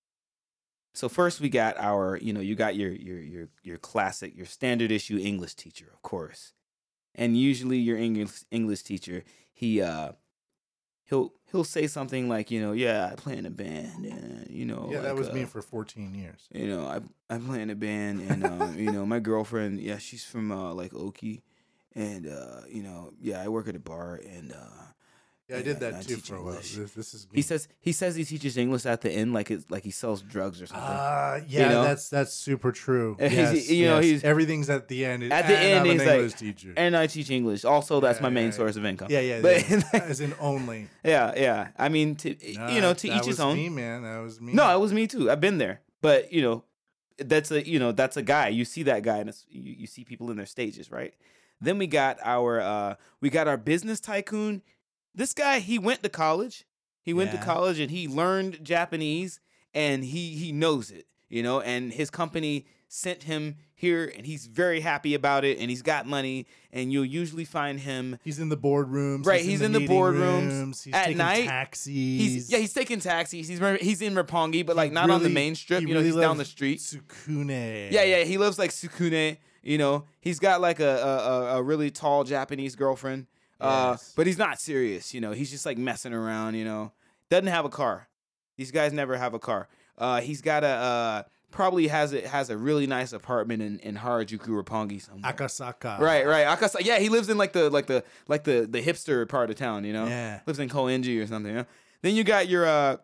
Speaker 2: So first we got our, you know, you got your your your your classic, your standard issue English teacher, of course. And usually your English English teacher, he uh he'll he'll say something like, you know, yeah, I play in a band and you know
Speaker 1: yeah, that
Speaker 2: like,
Speaker 1: was
Speaker 2: uh,
Speaker 1: me for 14 years.
Speaker 2: you know, I I play in a band, and um, you know, my girlfriend, yeah, she's from uh, like Okie, and uh, you know, yeah, I work at a bar, and uh,
Speaker 1: Yeah, I
Speaker 2: yeah,
Speaker 1: did
Speaker 2: I
Speaker 1: that too
Speaker 2: teach
Speaker 1: for a while.
Speaker 2: English.
Speaker 1: This, this is me.
Speaker 2: he says he says he teaches English at the end, like it's like he sells drugs or something.
Speaker 1: Uh, yeah,
Speaker 2: "Ah," know?
Speaker 1: that's that's super true.
Speaker 2: He's-
Speaker 1: Yes,
Speaker 2: you know,
Speaker 1: yes.
Speaker 2: he's-
Speaker 1: everything's at the end.
Speaker 2: At the
Speaker 1: and
Speaker 2: end,
Speaker 1: I'm
Speaker 2: he's
Speaker 1: an
Speaker 2: like-
Speaker 1: English teacher.
Speaker 2: and I teach English. Also, that's
Speaker 1: Yeah,
Speaker 2: my main
Speaker 1: yeah,
Speaker 2: source of income.
Speaker 1: yeah, yeah,
Speaker 2: but
Speaker 1: yeah. as in only.
Speaker 2: yeah, yeah. I mean, to eh, you
Speaker 1: Nah,
Speaker 2: know, to
Speaker 1: that
Speaker 2: each his
Speaker 1: was
Speaker 2: own.
Speaker 1: Me, man, that was me.
Speaker 2: No, it was me too. I've been there, but you know, that's a you know that's a guy. You see that guy, and it's, you, you see people in their stages, right? Then we got our uh we got our business tycoon. This guy, he went to college. He went
Speaker 1: Yeah.
Speaker 2: to college and he learned Japanese, and he he knows it, you know. And his company sent him here, and he's very happy about it, and he's got money. And you'll usually find him
Speaker 1: He's in the boardrooms.
Speaker 2: Right, he's in the
Speaker 1: meeting
Speaker 2: boardrooms
Speaker 1: rooms, He's
Speaker 2: at
Speaker 1: taking
Speaker 2: night.
Speaker 1: Taxis.
Speaker 2: He's yeah, he's taking taxis. He's re- he's in Roppongi, but like
Speaker 1: He
Speaker 2: not on the
Speaker 1: really-
Speaker 2: main strip.
Speaker 1: he
Speaker 2: You know,
Speaker 1: really
Speaker 2: he's down
Speaker 1: loved
Speaker 2: the street.
Speaker 1: Tsukune.
Speaker 2: Yeah, yeah, he lives like Sukune. You know, he's got like a a, a- a really tall Japanese girlfriend. Uh,
Speaker 1: Yes.
Speaker 2: but he's not serious. You know, he's just like messing around. You know, doesn't have a car. These guys never have a car. Uh, he's got a uh, probably has a has a really nice apartment in in Harajuku Roppongi somewhere.
Speaker 1: Akasaka.
Speaker 2: Right, right. Akasa. Yeah, he lives in like the like the like the the hipster part of town. You know,
Speaker 1: Yeah.
Speaker 2: lives in Koenji or something. You know? Then you got your uh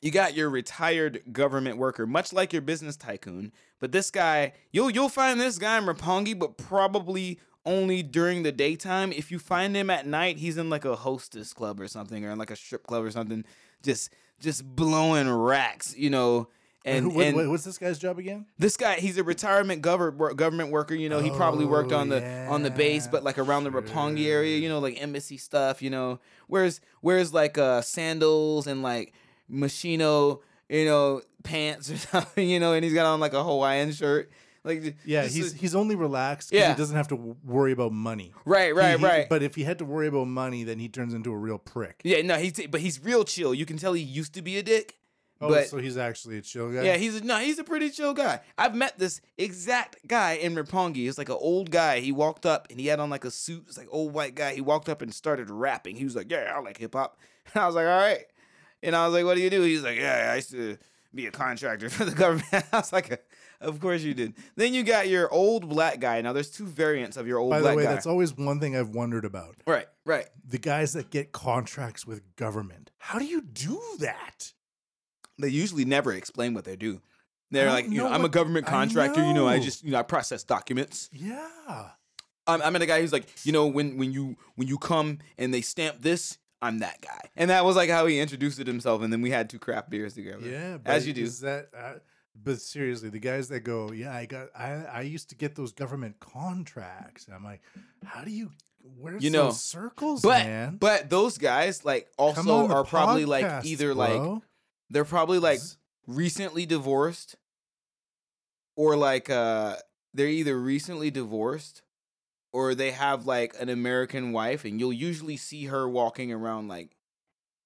Speaker 2: you got your retired government worker, much like your business tycoon. But this guy, you'll you'll find this guy in Rapongi, but probably only during the daytime. If you find him at night, he's in like a hostess club or something, or in like a strip club or something, just just blowing racks, you know. And,
Speaker 1: Who- what-
Speaker 2: and
Speaker 1: what- what's this guy's job again?
Speaker 2: this guy, he's a retirement government government worker. You know, he probably worked
Speaker 1: Oh,
Speaker 2: on the on the base,
Speaker 1: yeah,
Speaker 2: but like around the Rapongi area. You know, like embassy stuff. You know, where's where's like uh sandals and like machino, you know, pants or something. You know, and he's got on like a Hawaiian shirt. Like j-
Speaker 1: Yeah,
Speaker 2: just
Speaker 1: he's
Speaker 2: a-
Speaker 1: he's only relaxed. 'cause
Speaker 2: Yeah.
Speaker 1: he doesn't have to w- worry about money.
Speaker 2: right,
Speaker 1: He-
Speaker 2: right,
Speaker 1: he-
Speaker 2: right.
Speaker 1: But if he had to worry about money, then he turns into a real prick.
Speaker 2: yeah, no, he's but he's real chill. You can tell he used to be a dick.
Speaker 1: Oh,
Speaker 2: but
Speaker 1: so he's actually a chill guy.
Speaker 2: Yeah, he's a, no, he's a pretty chill guy. I've met this exact guy in Rapongi. It's like an old guy. He walked up and he had on like a suit. It's like old white guy. He walked up and started rapping. He was like, "Yeah, I like hip hop." And I was like, "All right." And I was like, "What do you do?" He's like, "Yeah, I used to be a contractor for the government." I was like, "Of course you did." Then you got your old black guy. Now there's two variants of your old
Speaker 1: By
Speaker 2: black
Speaker 1: the way,
Speaker 2: guy.
Speaker 1: that's always one thing I've wondered about.
Speaker 2: right, right.
Speaker 1: The guys that get contracts with government. How do you do that?
Speaker 2: They usually never explain what they do. They're
Speaker 1: don't
Speaker 2: like, you
Speaker 1: know
Speaker 2: know, I'm a
Speaker 1: what-
Speaker 2: government
Speaker 1: I
Speaker 2: contractor. You know, I
Speaker 1: know.
Speaker 2: just, you know, I process documents.
Speaker 1: Yeah.
Speaker 2: I'm, I'm the guy who's like, you know, when when you when you come and they stamp this, I'm that guy. And that was like how he introduced it himself. And then we had two craft beers together.
Speaker 1: Yeah. But
Speaker 2: as you do.
Speaker 1: Is that? Uh, but seriously, the guys that go, yeah, I got, I, I used to get those government contracts. And I'm like, how do you? Where's
Speaker 2: You
Speaker 1: those
Speaker 2: know,
Speaker 1: circles,
Speaker 2: But
Speaker 1: man?
Speaker 2: but those guys like
Speaker 1: Come
Speaker 2: also
Speaker 1: on the
Speaker 2: are probably
Speaker 1: podcast,
Speaker 2: like either like
Speaker 1: bro.
Speaker 2: they're probably like
Speaker 1: Z-
Speaker 2: recently divorced or like uh they're either recently divorced or they have like an American wife and you'll usually see her walking around like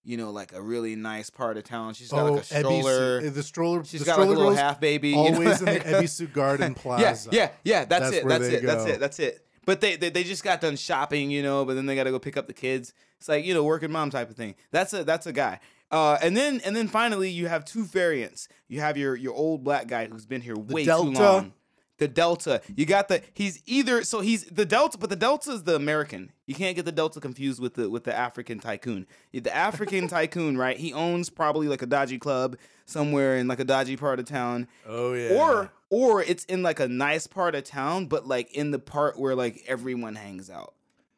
Speaker 2: you know like a really nice part of town. She's got
Speaker 1: oh,
Speaker 2: like a
Speaker 1: Ebby
Speaker 2: stroller.
Speaker 1: Su- uh, the stroller.
Speaker 2: She's
Speaker 1: the
Speaker 2: got like a
Speaker 1: stroller
Speaker 2: little
Speaker 1: girls
Speaker 2: half baby. you know,
Speaker 1: Always in
Speaker 2: like-
Speaker 1: the Ebisu Garden Plaza.
Speaker 2: Yeah, yeah, yeah. That's,
Speaker 1: That's
Speaker 2: it.
Speaker 1: where
Speaker 2: That's
Speaker 1: they
Speaker 2: it. That's
Speaker 1: go.
Speaker 2: it. That's it. But they, they they just got done shopping, you know. But then they got to go pick up the kids. It's like you know, working mom type of thing. That's a that's a guy. Uh, and then and then finally, you have two variants. You have your your old black guy who's been here way
Speaker 1: Delta.
Speaker 2: too long. The Delta. You got the he's either so he's the Delta, but the Delta is the American. You can't get the Delta confused with the with the African tycoon. The African tycoon, right? He owns probably like a dodgy club somewhere in like a dodgy part of town.
Speaker 1: Oh yeah.
Speaker 2: Or or it's in like a nice part of town, but like in the part where like everyone hangs out.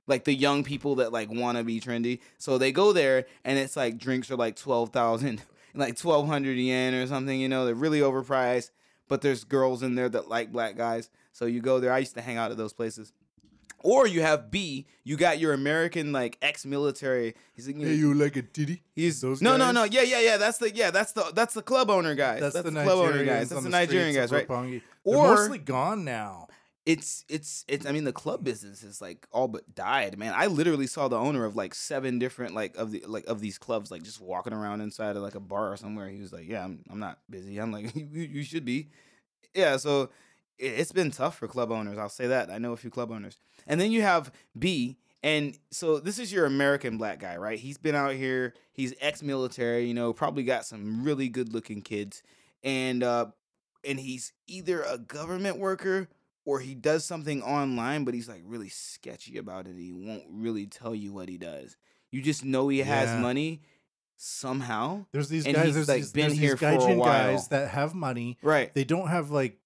Speaker 2: Like the young people that like wanna be trendy. So they go there and it's like drinks are like twelve thousand like twelve hundred yen or something, you know, they're really overpriced. But there's girls in there that like black guys. So you go there. I used to hang out at those places. Or you have B, you got your American like ex-military. He's like,
Speaker 1: Hey, you like a titty?
Speaker 2: He's
Speaker 1: Those
Speaker 2: no, no,
Speaker 1: guys?
Speaker 2: no. Yeah, yeah, yeah. That's the yeah. That's the that's the club owner guys.
Speaker 1: That's, the,
Speaker 2: club owner
Speaker 1: Nigerian
Speaker 2: guys. That's the, Nigerian guys, right?
Speaker 1: Or
Speaker 2: Or-
Speaker 1: mostly gone now.
Speaker 2: It's it's it's. I mean, the club business is like all but died, man. I literally saw the owner of like seven different like of the like of these clubs like just walking around inside of like a bar or somewhere. He was like, "Yeah, I'm I'm not busy." I'm like, "You, you should be." Yeah, so it, it's been tough for club owners. I'll say that. I know a few club owners. And then you have B, and so this is your American black guy, right? He's been out here. He's ex-military. You know, probably got some really good-looking kids, and uh, and he's either a government worker or he does something online, but he's like really sketchy about it. He won't really tell you what he does. You just know he
Speaker 1: Yeah.
Speaker 2: has money somehow.
Speaker 1: There's these
Speaker 2: And
Speaker 1: guys.
Speaker 2: he's,
Speaker 1: There's
Speaker 2: like,
Speaker 1: these,
Speaker 2: been
Speaker 1: there's these
Speaker 2: here for a
Speaker 1: gaijin
Speaker 2: while.
Speaker 1: guys that have money.
Speaker 2: Right.
Speaker 1: They don't have like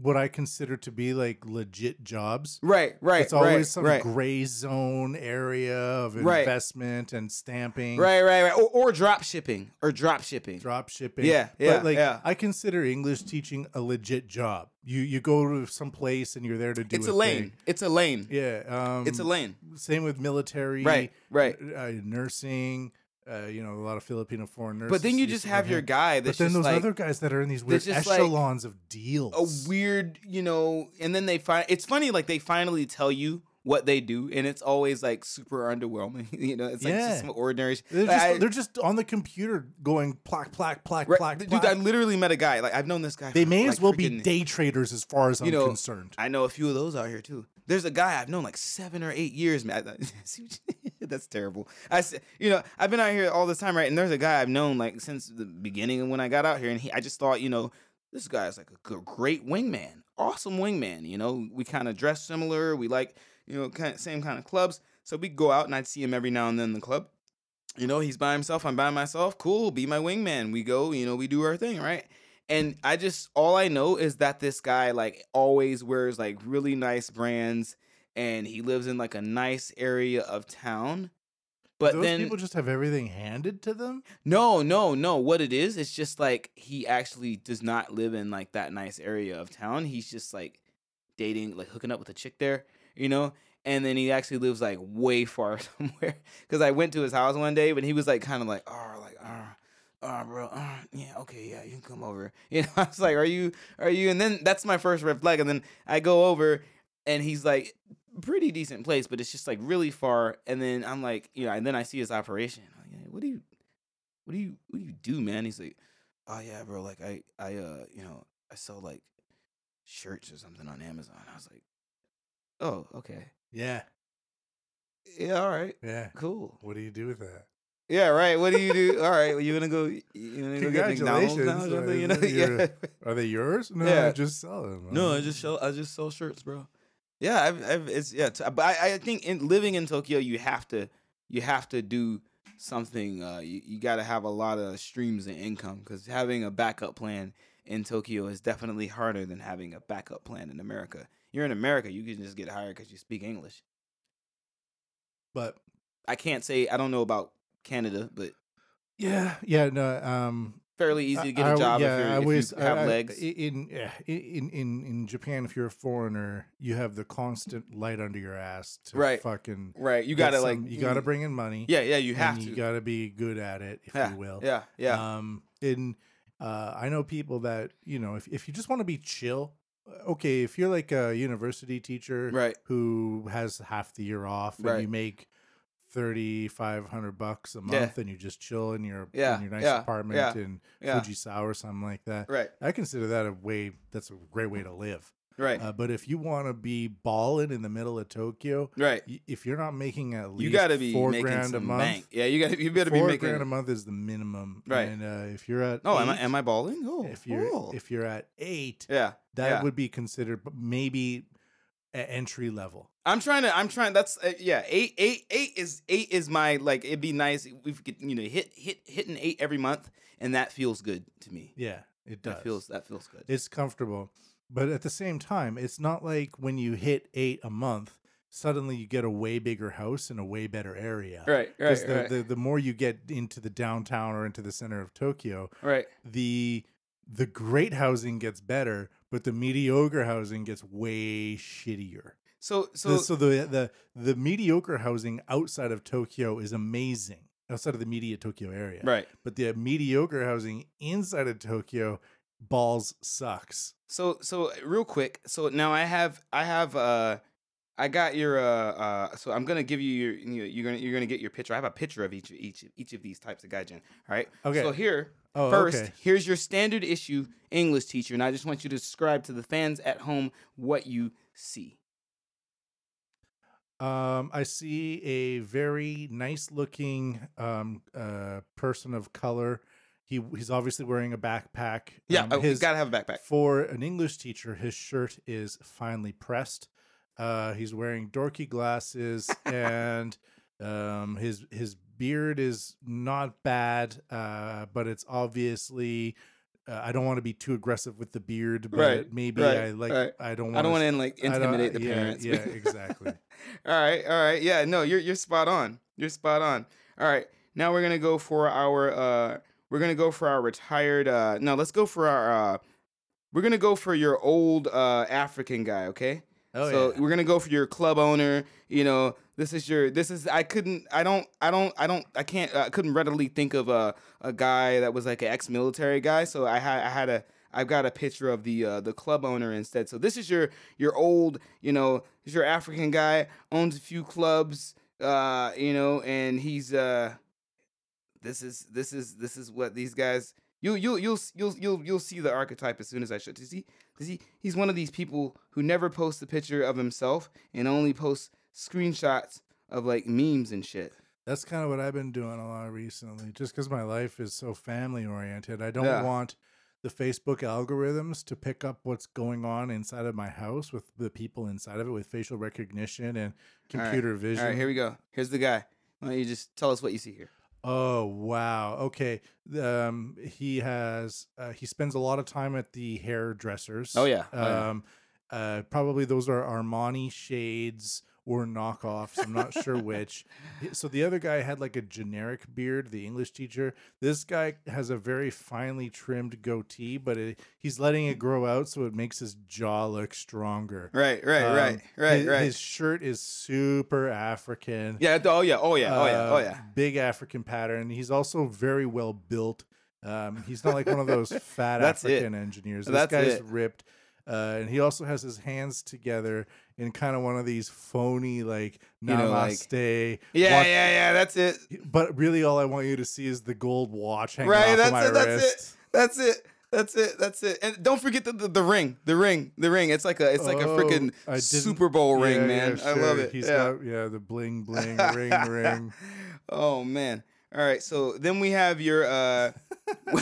Speaker 1: what I consider to be like legit jobs.
Speaker 2: Right, right,
Speaker 1: it's always
Speaker 2: right,
Speaker 1: some
Speaker 2: right.
Speaker 1: gray zone area of
Speaker 2: Right.
Speaker 1: investment and stamping,
Speaker 2: Right, right, right. Or, or drop shipping. Or drop shipping.
Speaker 1: drop shipping.
Speaker 2: Yeah, yeah,
Speaker 1: but like
Speaker 2: yeah.
Speaker 1: I consider English teaching a legit job. You you go to some place and you're there to do.
Speaker 2: it's
Speaker 1: a
Speaker 2: a lane.
Speaker 1: thing.
Speaker 2: It's a lane.
Speaker 1: Yeah, um,
Speaker 2: It's a lane.
Speaker 1: Same with military.
Speaker 2: Right, right.
Speaker 1: Uh, nursing. Uh, you know, a lot of Filipino foreign nurses.
Speaker 2: But then you
Speaker 1: used
Speaker 2: just
Speaker 1: to
Speaker 2: have your
Speaker 1: here.
Speaker 2: guy
Speaker 1: But
Speaker 2: that's
Speaker 1: then
Speaker 2: just
Speaker 1: those
Speaker 2: like
Speaker 1: other guys that are in these weird
Speaker 2: just like
Speaker 1: echelons of deals.
Speaker 2: a weird, you know, and then they find it's funny like they finally tell you what they do and it's always like super underwhelming, you know, it's like
Speaker 1: Yeah.
Speaker 2: just some ordinary sh-
Speaker 1: They're
Speaker 2: Like,
Speaker 1: just,
Speaker 2: I-
Speaker 1: they're just on the computer going plack, plack, plack,
Speaker 2: right,
Speaker 1: plack,
Speaker 2: dude,
Speaker 1: plack.
Speaker 2: I literally met a guy like I've known this guy
Speaker 1: they
Speaker 2: for,
Speaker 1: may as
Speaker 2: like,
Speaker 1: well be
Speaker 2: freaking-
Speaker 1: day traders as far as I'm
Speaker 2: you know,
Speaker 1: concerned.
Speaker 2: I know a few of those out here too. There's a guy I've known like seven or eight years, man. I- see what you- That's terrible. I, s- you know, I've been out here all this time, right? And there's a guy I've known like since the beginning of when I got out here, and he, I just thought, you know, this guy's like a g- great wingman, awesome wingman. You know, we kind of dress similar, we like, you know, kind same kind of clubs. So we go out, and I'd see him every now and then in the club. you know, he's by himself, I'm by myself. Cool, be my wingman. We go, you know, we do our thing, right? And I just all I know is that this guy like always wears like really nice
Speaker 1: Mm-hmm.
Speaker 2: brands and he lives in like a nice area of town. But
Speaker 1: Those
Speaker 2: then
Speaker 1: people just have everything handed to them.
Speaker 2: no, no, no. What it is, it's just like he actually does not live in like that nice area of town. He's just like dating, like hooking up with a chick there, you know? And then he actually lives like way far somewhere. Cause I went to his house one day, but he was like kind of like, oh, like, oh, oh, bro, oh, yeah, okay, yeah, you can come over. You know, I was like, are you, are you? And then that's my first red flag. And then I go over and he's like, pretty decent place, but it's just like really far. And then I'm like, you know, and then I see his operation. I'm like, what do you, what do you what do you do, man? He's like, oh yeah, bro. Like I I uh you know I sell like shirts or something on Amazon. I was like, oh okay,
Speaker 1: Yeah,
Speaker 2: yeah, all right,
Speaker 1: yeah.
Speaker 2: cool,
Speaker 1: What do you do with that?
Speaker 2: yeah, right. What do you do? all right, well, you wanna go? You wanna go get McDonald's now? Or
Speaker 1: Congratulations,
Speaker 2: something, you know?
Speaker 1: like,
Speaker 2: Yeah.
Speaker 1: you're- Are they yours? No, I
Speaker 2: Yeah.
Speaker 1: just sell them. Um,
Speaker 2: No, I just sell I just sell shirts, bro. Yeah, I've, I've it's yeah, t- but I, I think in living in Tokyo, you have to you have to do something. Uh, you you got to have a lot of streams of income because having a backup plan in Tokyo is definitely harder than having a backup plan in America. You're in America, you can just get hired because you speak English.
Speaker 1: but
Speaker 2: I can't say I don't know about Canada, but
Speaker 1: yeah, yeah. No, um,
Speaker 2: fairly easy to get
Speaker 1: I-
Speaker 2: a
Speaker 1: I-
Speaker 2: job
Speaker 1: yeah,
Speaker 2: if,
Speaker 1: I
Speaker 2: you're, if
Speaker 1: was-
Speaker 2: you have
Speaker 1: I- e, I-
Speaker 2: legs.
Speaker 1: In, yeah, in in in Japan, if you're a foreigner, you have the constant light under your ass to
Speaker 2: Right.
Speaker 1: fucking.
Speaker 2: right, you
Speaker 1: get
Speaker 2: gotta like mm,
Speaker 1: some- you gotta bring in money.
Speaker 2: Yeah, yeah, you have
Speaker 1: and
Speaker 2: to.
Speaker 1: You gotta be good at it, if
Speaker 2: yeah,
Speaker 1: you will.
Speaker 2: yeah, yeah.
Speaker 1: Um, and uh, I know people that you know, if if you just want to be chill, uh, okay. If you're like a university teacher,
Speaker 2: Right.
Speaker 1: who has half the year off, and
Speaker 2: Right.
Speaker 1: you make thirty five hundred bucks a month,
Speaker 2: Yeah.
Speaker 1: and you just chill in your
Speaker 2: Yeah,
Speaker 1: in your nice
Speaker 2: yeah,
Speaker 1: apartment
Speaker 2: yeah,
Speaker 1: in
Speaker 2: yeah.
Speaker 1: Fujisawa or something like that.
Speaker 2: Right,
Speaker 1: I consider that a way. That's a great way to live.
Speaker 2: right,
Speaker 1: Uh, but if you want to be balling in the middle of Tokyo,
Speaker 2: right.
Speaker 1: y- if you're not making at least
Speaker 2: You got to be
Speaker 1: four
Speaker 2: making
Speaker 1: grand a
Speaker 2: some
Speaker 1: month,
Speaker 2: bank. Yeah, you got to you better be
Speaker 1: four
Speaker 2: making.
Speaker 1: grand a month is the minimum,
Speaker 2: Right.
Speaker 1: And uh, if you're at
Speaker 2: oh, am I
Speaker 1: eight,
Speaker 2: am I balling? Oh,
Speaker 1: if you're
Speaker 2: cool.
Speaker 1: if you're at eight,
Speaker 2: yeah,
Speaker 1: that
Speaker 2: yeah.
Speaker 1: would be considered b- maybe a entry level.
Speaker 2: I'm trying to I'm trying. That's uh, yeah. Eight eight eight is eight is my like. It'd be nice if we could you know hit hit hitting eight every month, and that feels good to me.
Speaker 1: Yeah, it does.
Speaker 2: That feels that feels good.
Speaker 1: it's comfortable, but at the same time, it's not like when you hit eight a month, suddenly you get a way bigger house in a way better area.
Speaker 2: right,
Speaker 1: 'Cause the, the the more you get into the downtown or into the center of Tokyo,
Speaker 2: right.
Speaker 1: the the great housing gets better, but the mediocre housing gets way shittier.
Speaker 2: So so
Speaker 1: the, so the the the mediocre housing outside of Tokyo is amazing outside of the media Tokyo area.
Speaker 2: right.
Speaker 1: But the mediocre housing inside of Tokyo balls sucks.
Speaker 2: So so eh, real quick. So now I have I have uh I got your uh uh so I'm gonna give you your you know, you're gonna you're gonna get your picture. I have a picture of each each each of these types of gaijin. All right.
Speaker 1: Okay.
Speaker 2: So here
Speaker 1: Oh,
Speaker 2: first
Speaker 1: okay.
Speaker 2: here's your standard issue English teacher, and I just want you to describe to the fans at home what you see.
Speaker 1: Um, I see a very nice looking um uh person of color. He he's obviously wearing a backpack.
Speaker 2: Yeah,
Speaker 1: um,
Speaker 2: oh, you gotta have a backpack.
Speaker 1: For an English teacher, his shirt is finely pressed. Uh, he's wearing dorky glasses, and um, his his beard is not bad, uh, but it's obviously. Uh, I don't want to be too aggressive with the beard, but
Speaker 2: Right,
Speaker 1: maybe
Speaker 2: right,
Speaker 1: I like.
Speaker 2: right.
Speaker 1: I don't. Wanna,
Speaker 2: I don't want to like
Speaker 1: I don't-
Speaker 2: intimidate the
Speaker 1: yeah,
Speaker 2: parents.
Speaker 1: Yeah, exactly.
Speaker 2: all right, all right. Yeah, no, you're you're spot on. You're spot on. All right. Now we're gonna go for our uh we're gonna go for our retired uh no, let's go for our uh we're gonna go for your old uh African guy, okay?
Speaker 1: Oh
Speaker 2: so
Speaker 1: yeah.
Speaker 2: we're gonna go for your club owner, you know. This is your. This is. I couldn't. I don't. I don't. I don't. I can't. I couldn't readily think of a a guy that was like an ex-military guy. So I had. I had a. I've got a picture of the uh, the club owner instead. So this is your your old. You know, this is your African guy owns a few clubs. Uh, you know, and he's uh. This is this is this is what these guys. You you you'll you'll you'll you'll see the archetype as soon as I show. You see, Cause he, he's one of these people who never posts a picture of himself and only posts screenshots of like memes and shit.
Speaker 1: That's kind of what I've been doing a lot recently, just because my life is so family oriented. I don't
Speaker 2: Yeah.
Speaker 1: want the Facebook algorithms to pick up what's going on inside of my house with the people inside of it with facial recognition and
Speaker 2: All right.
Speaker 1: computer
Speaker 2: All
Speaker 1: vision.
Speaker 2: right, here we go. Here's the guy. Why don't you just tell us what you see here?
Speaker 1: Oh wow. Okay. Um, he has uh, he spends a lot of time at the hairdressers.
Speaker 2: Oh, yeah. Oh, yeah.
Speaker 1: Um, uh, probably those are Armani shades or knockoffs. I'm not sure which. So the other guy had like a generic beard. The English teacher. This guy has a very finely trimmed goatee, but it, he's letting it grow out, so it makes his jaw look stronger.
Speaker 2: Right, right,
Speaker 1: Um,
Speaker 2: right, right,
Speaker 1: his,
Speaker 2: right.
Speaker 1: His shirt is super African.
Speaker 2: yeah. Oh yeah. Oh yeah. Oh yeah. Oh
Speaker 1: uh,
Speaker 2: yeah.
Speaker 1: Big African pattern. He's also very well built. Um, he's not like one of those fat
Speaker 2: That's it.
Speaker 1: African engineers. This
Speaker 2: That's
Speaker 1: guy's
Speaker 2: it.
Speaker 1: ripped. Uh, and he also has his hands together in kind of one of these phony, like
Speaker 2: know, like-
Speaker 1: namaste.
Speaker 2: Yeah.
Speaker 1: watch-
Speaker 2: yeah. Yeah. That's it.
Speaker 1: But really, all I want you to see is the gold watch hanging
Speaker 2: Right.
Speaker 1: off
Speaker 2: That's
Speaker 1: of my
Speaker 2: it. That's
Speaker 1: wrist.
Speaker 2: it. That's it. That's it. That's it. And don't forget the, the the ring. The ring. The ring. It's like a it's like a
Speaker 1: Oh,
Speaker 2: freaking
Speaker 1: I didn't-
Speaker 2: Super Bowl ring,
Speaker 1: Yeah,
Speaker 2: man.
Speaker 1: yeah,
Speaker 2: I love
Speaker 1: sure.
Speaker 2: it.
Speaker 1: He's
Speaker 2: yeah.
Speaker 1: got yeah the bling bling ring ring.
Speaker 2: Oh man. All right. So then we have your uh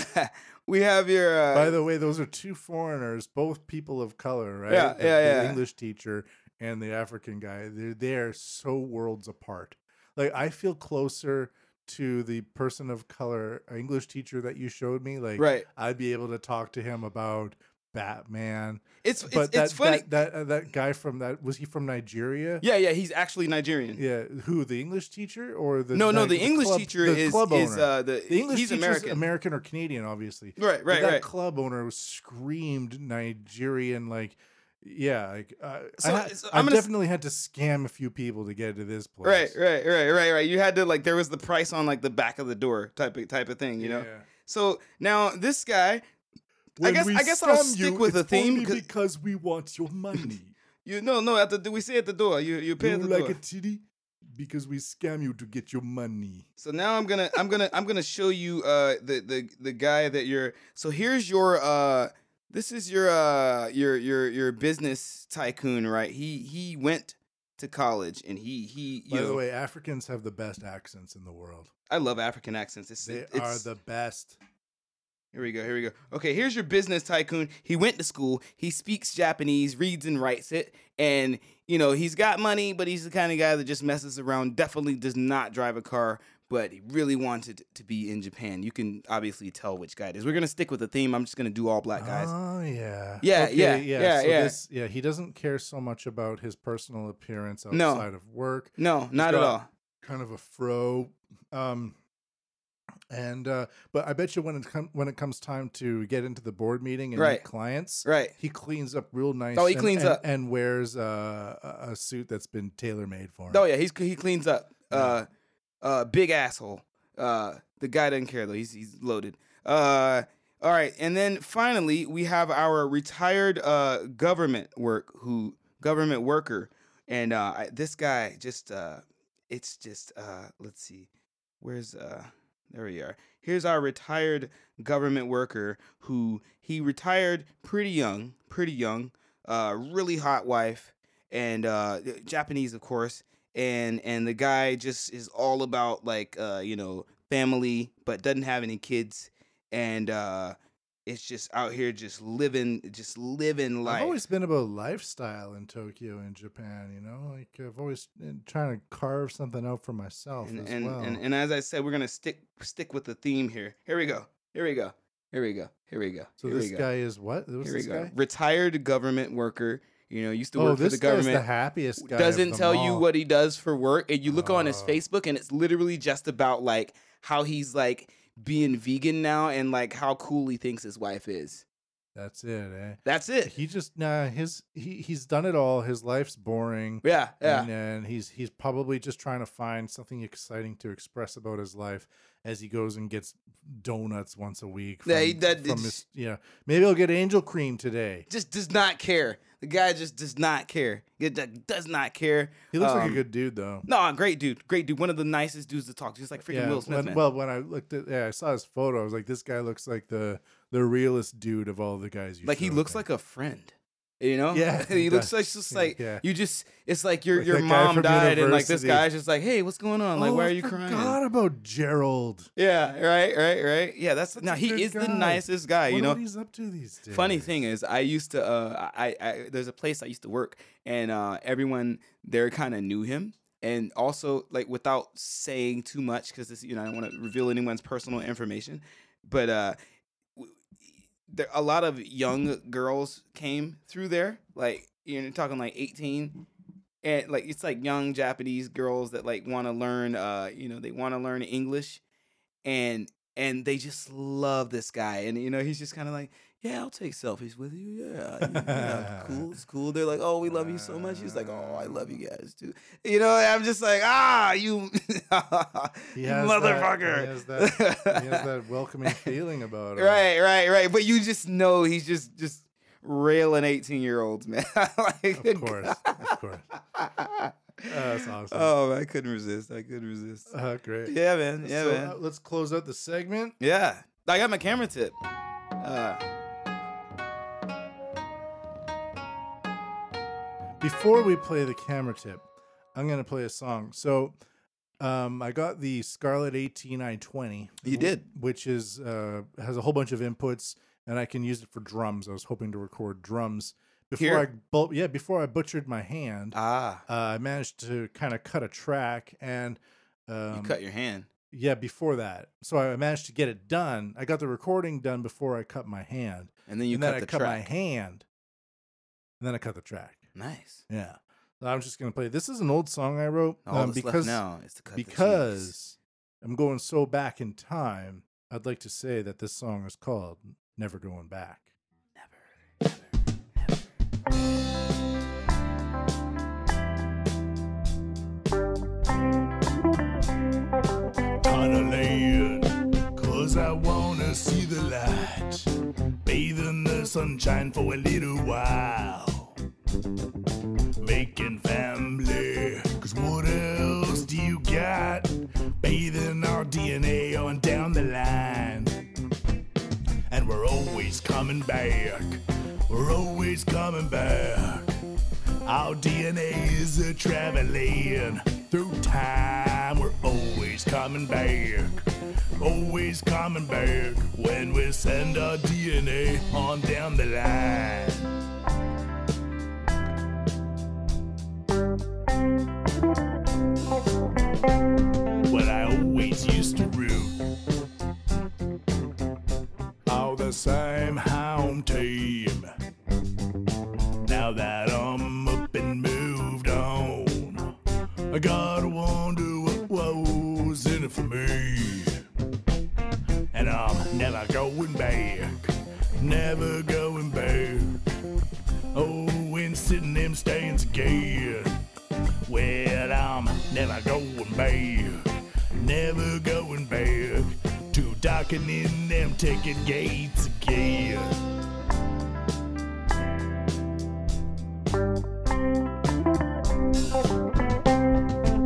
Speaker 2: we have your uh
Speaker 1: By the way, those are two foreigners, both people of color, right?
Speaker 2: Yeah,
Speaker 1: the,
Speaker 2: yeah,
Speaker 1: the
Speaker 2: yeah.
Speaker 1: English teacher and the African guy. They're they're so worlds apart. Like I feel closer to the person of color uh, English teacher that you showed me. Like
Speaker 2: right.
Speaker 1: I'd be able to talk to him about Batman.
Speaker 2: It's it's,
Speaker 1: But that,
Speaker 2: it's funny.
Speaker 1: that that uh, that guy from that was he from Nigeria?
Speaker 2: yeah, yeah, he's actually Nigerian.
Speaker 1: Yeah, who the English teacher or the
Speaker 2: no, no,
Speaker 1: Ni-
Speaker 2: the, English
Speaker 1: club-
Speaker 2: teacher
Speaker 1: the
Speaker 2: is
Speaker 1: club
Speaker 2: is
Speaker 1: owner.
Speaker 2: uh the,
Speaker 1: the English
Speaker 2: he's
Speaker 1: teacher's
Speaker 2: American.
Speaker 1: American or Canadian, obviously.
Speaker 2: Right,
Speaker 1: But
Speaker 2: right,
Speaker 1: that
Speaker 2: right.
Speaker 1: club owner screamed Nigerian like yeah like uh,
Speaker 2: So-
Speaker 1: I, ha-
Speaker 2: so
Speaker 1: I
Speaker 2: I'm gonna s-
Speaker 1: definitely had to scam a few people to get to this place
Speaker 2: Right, right, right, right, right. You had to like there was the price on like the back of the door type of type of thing, you know.
Speaker 1: Yeah.
Speaker 2: So now this guy,
Speaker 1: When
Speaker 2: guess-
Speaker 1: we
Speaker 2: I guess I'll
Speaker 1: scam
Speaker 2: stick with
Speaker 1: it's
Speaker 2: the theme
Speaker 1: only
Speaker 2: 'cause-
Speaker 1: because we want your money
Speaker 2: you no no at the we say at the door you you pay
Speaker 1: you
Speaker 2: at the
Speaker 1: like
Speaker 2: door.
Speaker 1: a titty because we scam you to get your money
Speaker 2: So now I'm gonna I'm gonna I'm gonna show you uh the the the guy that you're so here's your uh this is your uh your your your business tycoon right he he went to college and he he you
Speaker 1: by
Speaker 2: know,
Speaker 1: the way Africans have the best accents in the world
Speaker 2: I love African accents it's,
Speaker 1: they
Speaker 2: it's
Speaker 1: are the best
Speaker 2: here we go here we go okay here's your business tycoon he went to school he speaks Japanese reads and writes it and you know he's got money but he's the kind of guy that just messes around definitely does not drive a car but he really wanted to be in Japan. You can obviously tell which guy it is. We're gonna stick with the theme. I'm just gonna do all black guys.
Speaker 1: Oh yeah.
Speaker 2: Yeah, yeah, yeah,
Speaker 1: So
Speaker 2: yeah.
Speaker 1: This, yeah, he doesn't care so much about his personal appearance outside
Speaker 2: No.
Speaker 1: of work.
Speaker 2: no, not at
Speaker 1: got-
Speaker 2: all.
Speaker 1: Kind of a fro. Um and uh but I bet you when it come when it comes time to get into the board meeting and
Speaker 2: Right.
Speaker 1: meet clients,
Speaker 2: Right.
Speaker 1: he cleans up real nice.
Speaker 2: Oh, he
Speaker 1: and-
Speaker 2: cleans
Speaker 1: and-
Speaker 2: up.
Speaker 1: and wears uh, a- a suit that's been tailor made for him.
Speaker 2: Oh yeah, he's he cleans up. Uh, uh, big asshole. Uh, the guy doesn't care though. He's he's loaded. Uh, all right, and then finally we have our retired uh government work who government worker, and uh I, this guy just uh it's just uh let's see, where's uh there we are. Here's our retired government worker who he retired pretty young, pretty young, uh, really hot wife, and uh, Japanese, of course. And and the guy just is all about like uh, you know family, but doesn't have any kids, and uh, it's just out here just living, just living life.
Speaker 1: I've always been about lifestyle in Tokyo and Japan, you know? Like I've always been trying to carve something out for myself
Speaker 2: and,
Speaker 1: as
Speaker 2: and,
Speaker 1: well.
Speaker 2: and and as I said, we're gonna stick stick with the theme here. Here we go. Here we go. Here we go. Here we go.
Speaker 1: so
Speaker 2: Here we
Speaker 1: this
Speaker 2: go.
Speaker 1: guy is what? What's
Speaker 2: Here we
Speaker 1: this
Speaker 2: go.
Speaker 1: guy?
Speaker 2: Retired government worker. You know, used to work for the
Speaker 1: Oh, guy's the
Speaker 2: government.
Speaker 1: happiest guy. of
Speaker 2: doesn't
Speaker 1: them
Speaker 2: tell you
Speaker 1: all.
Speaker 2: what he does for work. And you look on his
Speaker 1: Oh.
Speaker 2: Facebook, and it's literally just about like how he's like being vegan now, and like how cool he thinks his wife is.
Speaker 1: That's it.
Speaker 2: That's
Speaker 1: Eh?
Speaker 2: it.
Speaker 1: He just nah. His he he's done it all. His life's boring.
Speaker 2: Yeah, yeah.
Speaker 1: And, and he's he's probably just trying to find something exciting to express about his life as he goes and gets donuts once a week.
Speaker 2: Yeah, he- that-
Speaker 1: from his, yeah. Maybe I'll get angel cream today.
Speaker 2: Just does not care. The guy just does not care. He d- does not care.
Speaker 1: He looks like a
Speaker 2: Um,
Speaker 1: good dude though.
Speaker 2: No, great dude, great dude. One of the nicest dudes to talk to. Just like freaking
Speaker 1: yeah,
Speaker 2: Will Smith.
Speaker 1: when-
Speaker 2: man.
Speaker 1: well, when I looked at yeah, I saw his photo. I was like, this guy looks like the the realest dude of all the guys. You
Speaker 2: like he
Speaker 1: showed
Speaker 2: looks
Speaker 1: me.
Speaker 2: like a friend. You know,
Speaker 1: Yeah,
Speaker 2: he
Speaker 1: he
Speaker 2: looks
Speaker 1: does.
Speaker 2: like just
Speaker 1: Yeah,
Speaker 2: like
Speaker 1: yeah.
Speaker 2: you just. It's like your
Speaker 1: Like
Speaker 2: your
Speaker 1: that guy
Speaker 2: mom
Speaker 1: from
Speaker 2: died and like this
Speaker 1: university.
Speaker 2: guy's just like, hey, what's going on? Like,
Speaker 1: Oh,
Speaker 2: why
Speaker 1: I
Speaker 2: are you crying?
Speaker 1: Forgot about Gerald.
Speaker 2: Yeah, right, right, right. Yeah, that's
Speaker 1: Such a
Speaker 2: now he
Speaker 1: good
Speaker 2: is the
Speaker 1: guy.
Speaker 2: nicest guy. You
Speaker 1: Wonder
Speaker 2: know,
Speaker 1: what he's up to these days.
Speaker 2: Funny thing is, I used to uh, I, I there's a place I used to work, and uh, everyone there kind of knew him, and also like without saying too much because this you know I don't want to reveal anyone's personal information, but uh, w- there a lot of young girls came through there. Like you're talking like 18, and like it's like young Japanese girls that like want to learn. Uh, you know they want to learn English, and and they just love this guy, and you know he's just kind of like. Yeah, I'll take selfies with you. Yeah, yeah, cool. It's cool. They're like, "Oh, we love you so much." He's like, "Oh, I love you guys too." You know, I'm just like, ah, you,
Speaker 3: He
Speaker 2: you
Speaker 3: has that- he
Speaker 2: motherfucker.
Speaker 3: has that- he has that welcoming feeling about him.
Speaker 2: right, right, right. But you just know he's just just railing 18 year olds, man. like,
Speaker 3: Of
Speaker 2: good
Speaker 3: course.
Speaker 2: God.
Speaker 3: Of course. that's awesome.
Speaker 2: Oh, I couldn't resist. I couldn't resist.
Speaker 3: Uh, great.
Speaker 2: Yeah, man. Yeah,
Speaker 3: so,
Speaker 2: man.
Speaker 3: uh, let's close out the segment.
Speaker 2: yeah. I got my camera tip. Uh,
Speaker 3: Before we play the camera tip, I'm going to play a song. So um, I got the Scarlet 18920.
Speaker 2: You did.
Speaker 3: Which is uh, has a whole bunch of inputs, and I can use it for drums. I was hoping to record drums. Before
Speaker 2: Here?
Speaker 3: I bu- yeah, before I butchered my hand, uh,
Speaker 2: ah,
Speaker 3: I managed to kind of cut a track and um,
Speaker 2: you cut your hand.
Speaker 3: yeah, before that. So I managed to get it done. I got the recording done before I cut my hand.
Speaker 2: And then you
Speaker 3: and
Speaker 2: cut
Speaker 3: then I
Speaker 2: the
Speaker 3: cut my
Speaker 2: track.
Speaker 3: hand. And then I cut the track.
Speaker 2: Nice.
Speaker 3: Yeah. So I'm just gonna play. This is an old song I wrote.
Speaker 2: All
Speaker 3: um,
Speaker 2: that's
Speaker 3: because
Speaker 2: left now is to cut the cheese.
Speaker 3: because I'm going so back in time, I'd like to say that this song is called Never Going Back.
Speaker 2: Never, never, never.
Speaker 1: on a land. Cause I wanna see the light. Bathe in the sunshine for a little while. Making family. Cause what else do you got? Bathing our DNA on down the line. And we're always coming back. We're always coming back. Our DNA is a traveling through time. We're always coming back, always coming back when we send our DNA on down the line. Well, I always used to root all the same home team. Now that I'm up and moved on, I gotta wonder what was in it for me. And I'm never going back, never going back. Oh, when sitting them stands again. Well, I'm never going back, never going back to docking in them ticket gates again.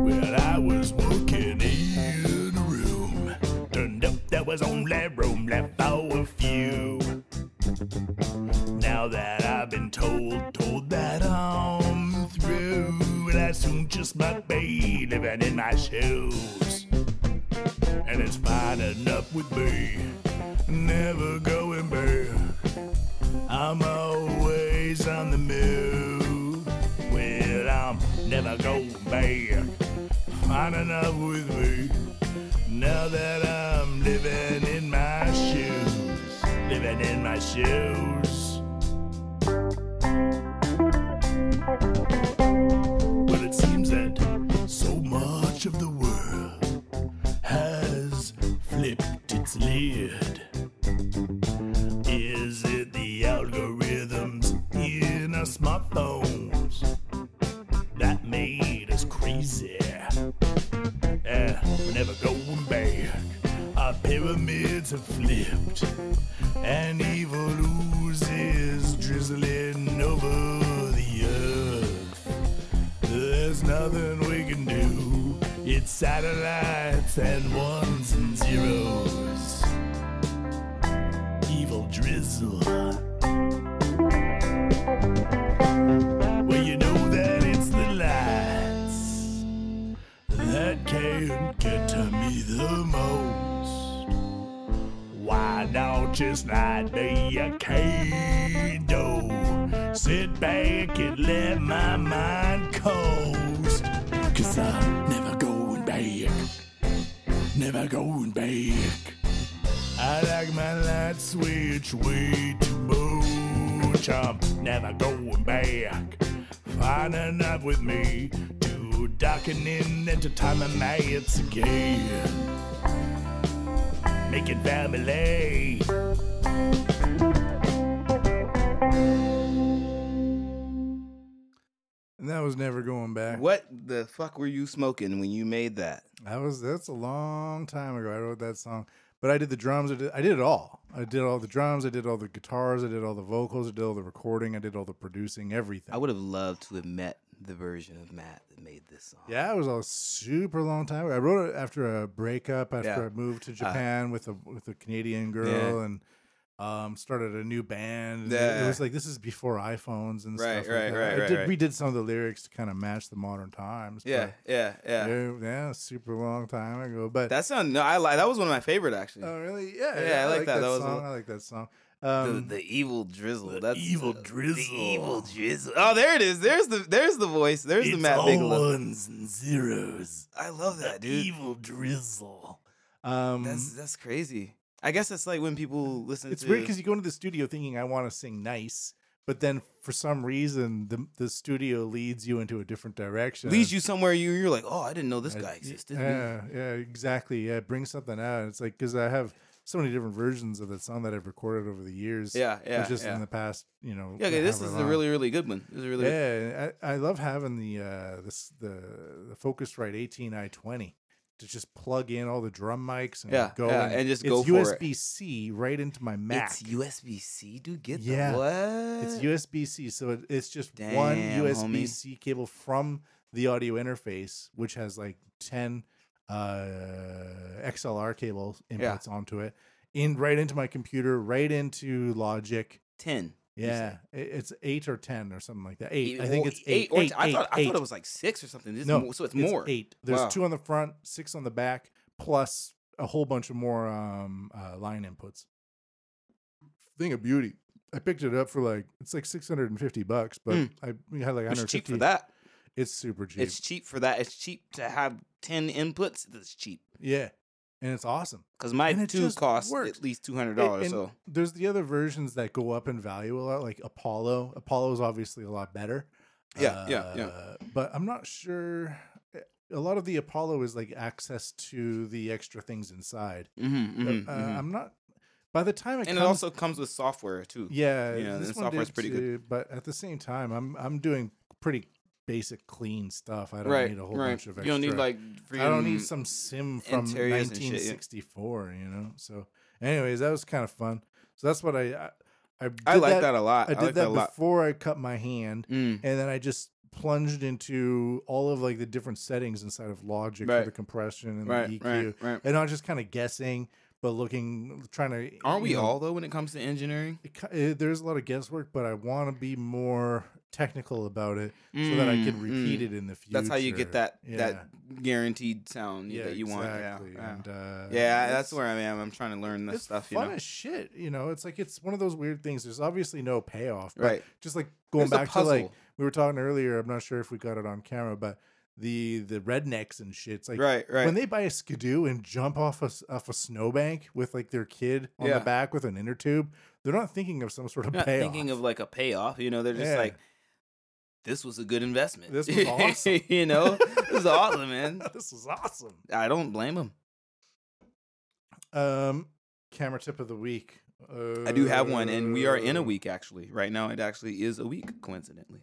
Speaker 1: Well, I was working in a room. Turned up there was only room left for a few. Now that I've been told, told that I'm through, and I soon just might be living in my shoes. And it's fine enough with me, never going back. I'm always on the move. Well, I'm never going back. Fine enough with me. Now that I'm living in my shoes. Living in my shoes. But it seems that so much of the world has flipped its lid. Is it the algorithms in our smartphones that made us crazy? Eh, we're never going back. Our pyramids have flipped, and evil oozes drizzling over the earth. There's nothing we can do. It's satellites and ones and zeros evil drizzle. Well, you know that it's the lights that can get to me the most. Why not just light me a candle? Sit back and let my mind coast.
Speaker 4: Cause I'm never going back. Never going back. I like my light switch way too much. I'm never going back. Fine enough with me to darken in and to time my nights again. Make it family.
Speaker 1: And that was never going back.
Speaker 2: What the fuck were you smoking when you made that?
Speaker 1: That was that's a long time ago. I wrote that song, but I did the drums. I did, I did it all. I did all the drums. I did all the guitars. I did all the vocals. I did all the recording. I did all the producing. Everything.
Speaker 2: I would have loved to have met the version of Matt that made this song.
Speaker 1: yeah, it was a super long time. ago. I wrote it after a breakup. After
Speaker 2: Yeah. Uh.
Speaker 1: I moved to Japan with a with a Canadian girl
Speaker 2: Yeah.
Speaker 1: and um, started a new band. and It, it
Speaker 2: Yeah.
Speaker 1: was like this is before iPhones and
Speaker 2: Right,
Speaker 1: stuff.
Speaker 2: right,
Speaker 1: like that.
Speaker 2: right,
Speaker 1: I
Speaker 2: right,
Speaker 1: did,
Speaker 2: right.
Speaker 1: We did some of the lyrics to kind of match the modern times. but
Speaker 2: Yeah, yeah, yeah.
Speaker 1: yeah, yeah, super long time ago. But
Speaker 2: That sound no, I like that was one of my favorite actually.
Speaker 1: Oh really? Yeah.
Speaker 2: Yeah, I like that. That was a-
Speaker 1: song. I like that song.
Speaker 2: the,
Speaker 1: Um,
Speaker 2: the evil drizzle. That's
Speaker 4: evil
Speaker 2: uh,
Speaker 4: drizzle.
Speaker 2: The evil drizzle. Oh, there it is. There's the there's the voice. There's the
Speaker 4: it's
Speaker 2: Matt
Speaker 4: all
Speaker 2: Bigelow.
Speaker 4: ones and zeros.
Speaker 2: I love that,
Speaker 4: The
Speaker 2: dude.
Speaker 4: Evil drizzle.
Speaker 1: um,
Speaker 2: That's that's crazy. I guess that's like when people listen
Speaker 1: it's
Speaker 2: to
Speaker 1: weird because you go into the studio thinking I want to sing nice, but then for some reason the the studio leads you into a different direction.
Speaker 2: leads you somewhere you you're like, "Oh, I didn't know this
Speaker 1: I-
Speaker 2: guy existed."
Speaker 1: Yeah, yeah, exactly. Yeah, bring something out. It's like because I have so many different versions of that song that I've recorded over the years.
Speaker 2: Yeah,
Speaker 1: or
Speaker 2: yeah,
Speaker 1: just
Speaker 2: yeah.
Speaker 1: in the past, you know.
Speaker 2: Yeah, okay, this
Speaker 1: however
Speaker 2: is a
Speaker 1: long.
Speaker 2: really really good one. This is a really
Speaker 1: Yeah, I, I love having the uh this the the Focusrite 18i20 to just plug in all the drum mics and
Speaker 2: Yeah,
Speaker 1: go
Speaker 2: yeah,
Speaker 1: and,
Speaker 2: and just
Speaker 1: it's
Speaker 2: go for it.
Speaker 1: USB C right into my Mac.
Speaker 2: It's USB C, dude. Get
Speaker 1: Yeah.
Speaker 2: the what?
Speaker 1: It's USB C, so it, it's just one
Speaker 2: Damn,
Speaker 1: USB
Speaker 2: homie.
Speaker 1: C cable from the audio interface, which has like ten uh, XLR cable
Speaker 2: Yeah.
Speaker 1: inputs onto it, in right into my computer, right into Logic.
Speaker 2: ten. E, you
Speaker 1: Yeah,
Speaker 2: said.
Speaker 1: i- it's eight or ten or something like that. Eight, I
Speaker 2: Or
Speaker 1: think it's eight.
Speaker 2: oh, or
Speaker 1: eight,
Speaker 2: I thought
Speaker 1: eight,
Speaker 2: I thought
Speaker 1: eight.
Speaker 2: it was like six or something. It's
Speaker 1: No,
Speaker 2: more, so it's, more.
Speaker 1: eight. There's
Speaker 2: Wow.
Speaker 1: two on the front, six on the back, plus a whole bunch of more um, uh, line inputs. Thing of beauty. I picked it up for like it's like 650 bucks, but
Speaker 2: Mm.
Speaker 1: I we had like 150.
Speaker 2: It's cheap for that.
Speaker 1: It's super cheap.
Speaker 2: It's cheap for that. It's cheap to have ten inputs. That's cheap
Speaker 1: yeah, and it's awesome.
Speaker 2: because my
Speaker 1: And it
Speaker 2: two
Speaker 1: just
Speaker 2: costs
Speaker 1: works.
Speaker 2: at least two hundred
Speaker 1: A-
Speaker 2: dollars.
Speaker 1: and uh,
Speaker 2: So
Speaker 1: there's the other versions that go up in value a lot, like Apollo. Apollo's obviously a lot better.
Speaker 2: Yeah, yeah, yeah.
Speaker 1: Uh, But I'm not sure. eh, A lot of the Apollo is like access to the extra things inside.
Speaker 2: mhm,
Speaker 1: But,
Speaker 2: mhm,
Speaker 1: uh,
Speaker 2: mhm.
Speaker 1: I'm not. By the time it
Speaker 2: and it
Speaker 1: comes,
Speaker 2: also comes with software too.
Speaker 1: yeah,
Speaker 2: you know,
Speaker 1: this
Speaker 2: the
Speaker 1: one
Speaker 2: software's
Speaker 1: did
Speaker 2: pretty good.
Speaker 1: too, But at the same time, I'm I'm doing pretty basic clean stuff. I don't
Speaker 2: right.
Speaker 1: need a whole
Speaker 2: right.
Speaker 1: bunch of extra.
Speaker 2: You don't need like.
Speaker 1: I don't need
Speaker 2: freaking-
Speaker 1: some sim from
Speaker 2: interiors and shit, yeah.
Speaker 1: 1964. You know. So, anyways, that was kind of fun. So that's what I I, I, did
Speaker 2: I like that, a lot.
Speaker 1: I did
Speaker 2: like that,
Speaker 1: that
Speaker 2: a lot.
Speaker 1: before I cut my hand,
Speaker 2: Mm,
Speaker 1: and then I just plunged into all of like the different settings inside of Logic for
Speaker 2: Right.
Speaker 1: the compression and the E
Speaker 2: right,
Speaker 1: EQ
Speaker 2: right, right.
Speaker 1: and not just kind of guessing, but looking, trying to.
Speaker 2: Aren't
Speaker 1: you
Speaker 2: we
Speaker 1: know,
Speaker 2: all though when it comes to engineering?
Speaker 1: it ki- eh, there's a lot of guesswork, but I want to be more technical about it so that I can
Speaker 2: Mm,
Speaker 1: repeat
Speaker 2: mm.
Speaker 1: it in the future.
Speaker 2: That's how you get that
Speaker 1: Yeah.
Speaker 2: that guaranteed sound
Speaker 1: yeah,
Speaker 2: that you
Speaker 1: exactly.
Speaker 2: want. Yeah, yeah.
Speaker 1: And, uh,
Speaker 2: Yeah,
Speaker 1: it's-
Speaker 2: that's where I am. I'm trying to learn this
Speaker 1: It's
Speaker 2: stuff. You
Speaker 1: fun
Speaker 2: know,
Speaker 1: as shit. You know, it's like it's one of those weird things. There's obviously no payoff, but
Speaker 2: right?
Speaker 1: Just like going
Speaker 2: There's a
Speaker 1: back to like
Speaker 2: puzzle.
Speaker 1: we were talking earlier. I'm not sure if we got it on camera, but the the rednecks and shit. It's like
Speaker 2: right, right.
Speaker 1: when they buy a skidoo and jump off a s- off a snowbank with like their kid on
Speaker 2: Yeah.
Speaker 1: the back with an inner tube, they're not thinking of some sort of
Speaker 2: They're not
Speaker 1: payoff.
Speaker 2: thinking of like a payoff. You know, they're just
Speaker 1: Yeah.
Speaker 2: like, this was a good investment.
Speaker 1: This was awesome.
Speaker 2: you know, this is awesome, man.
Speaker 1: this is awesome.
Speaker 2: I don't blame them.
Speaker 1: Um, camera tip of the week.
Speaker 2: I do have one, and we are in a
Speaker 1: Uh,
Speaker 2: week actually. Right now, it actually is a week, coincidentally.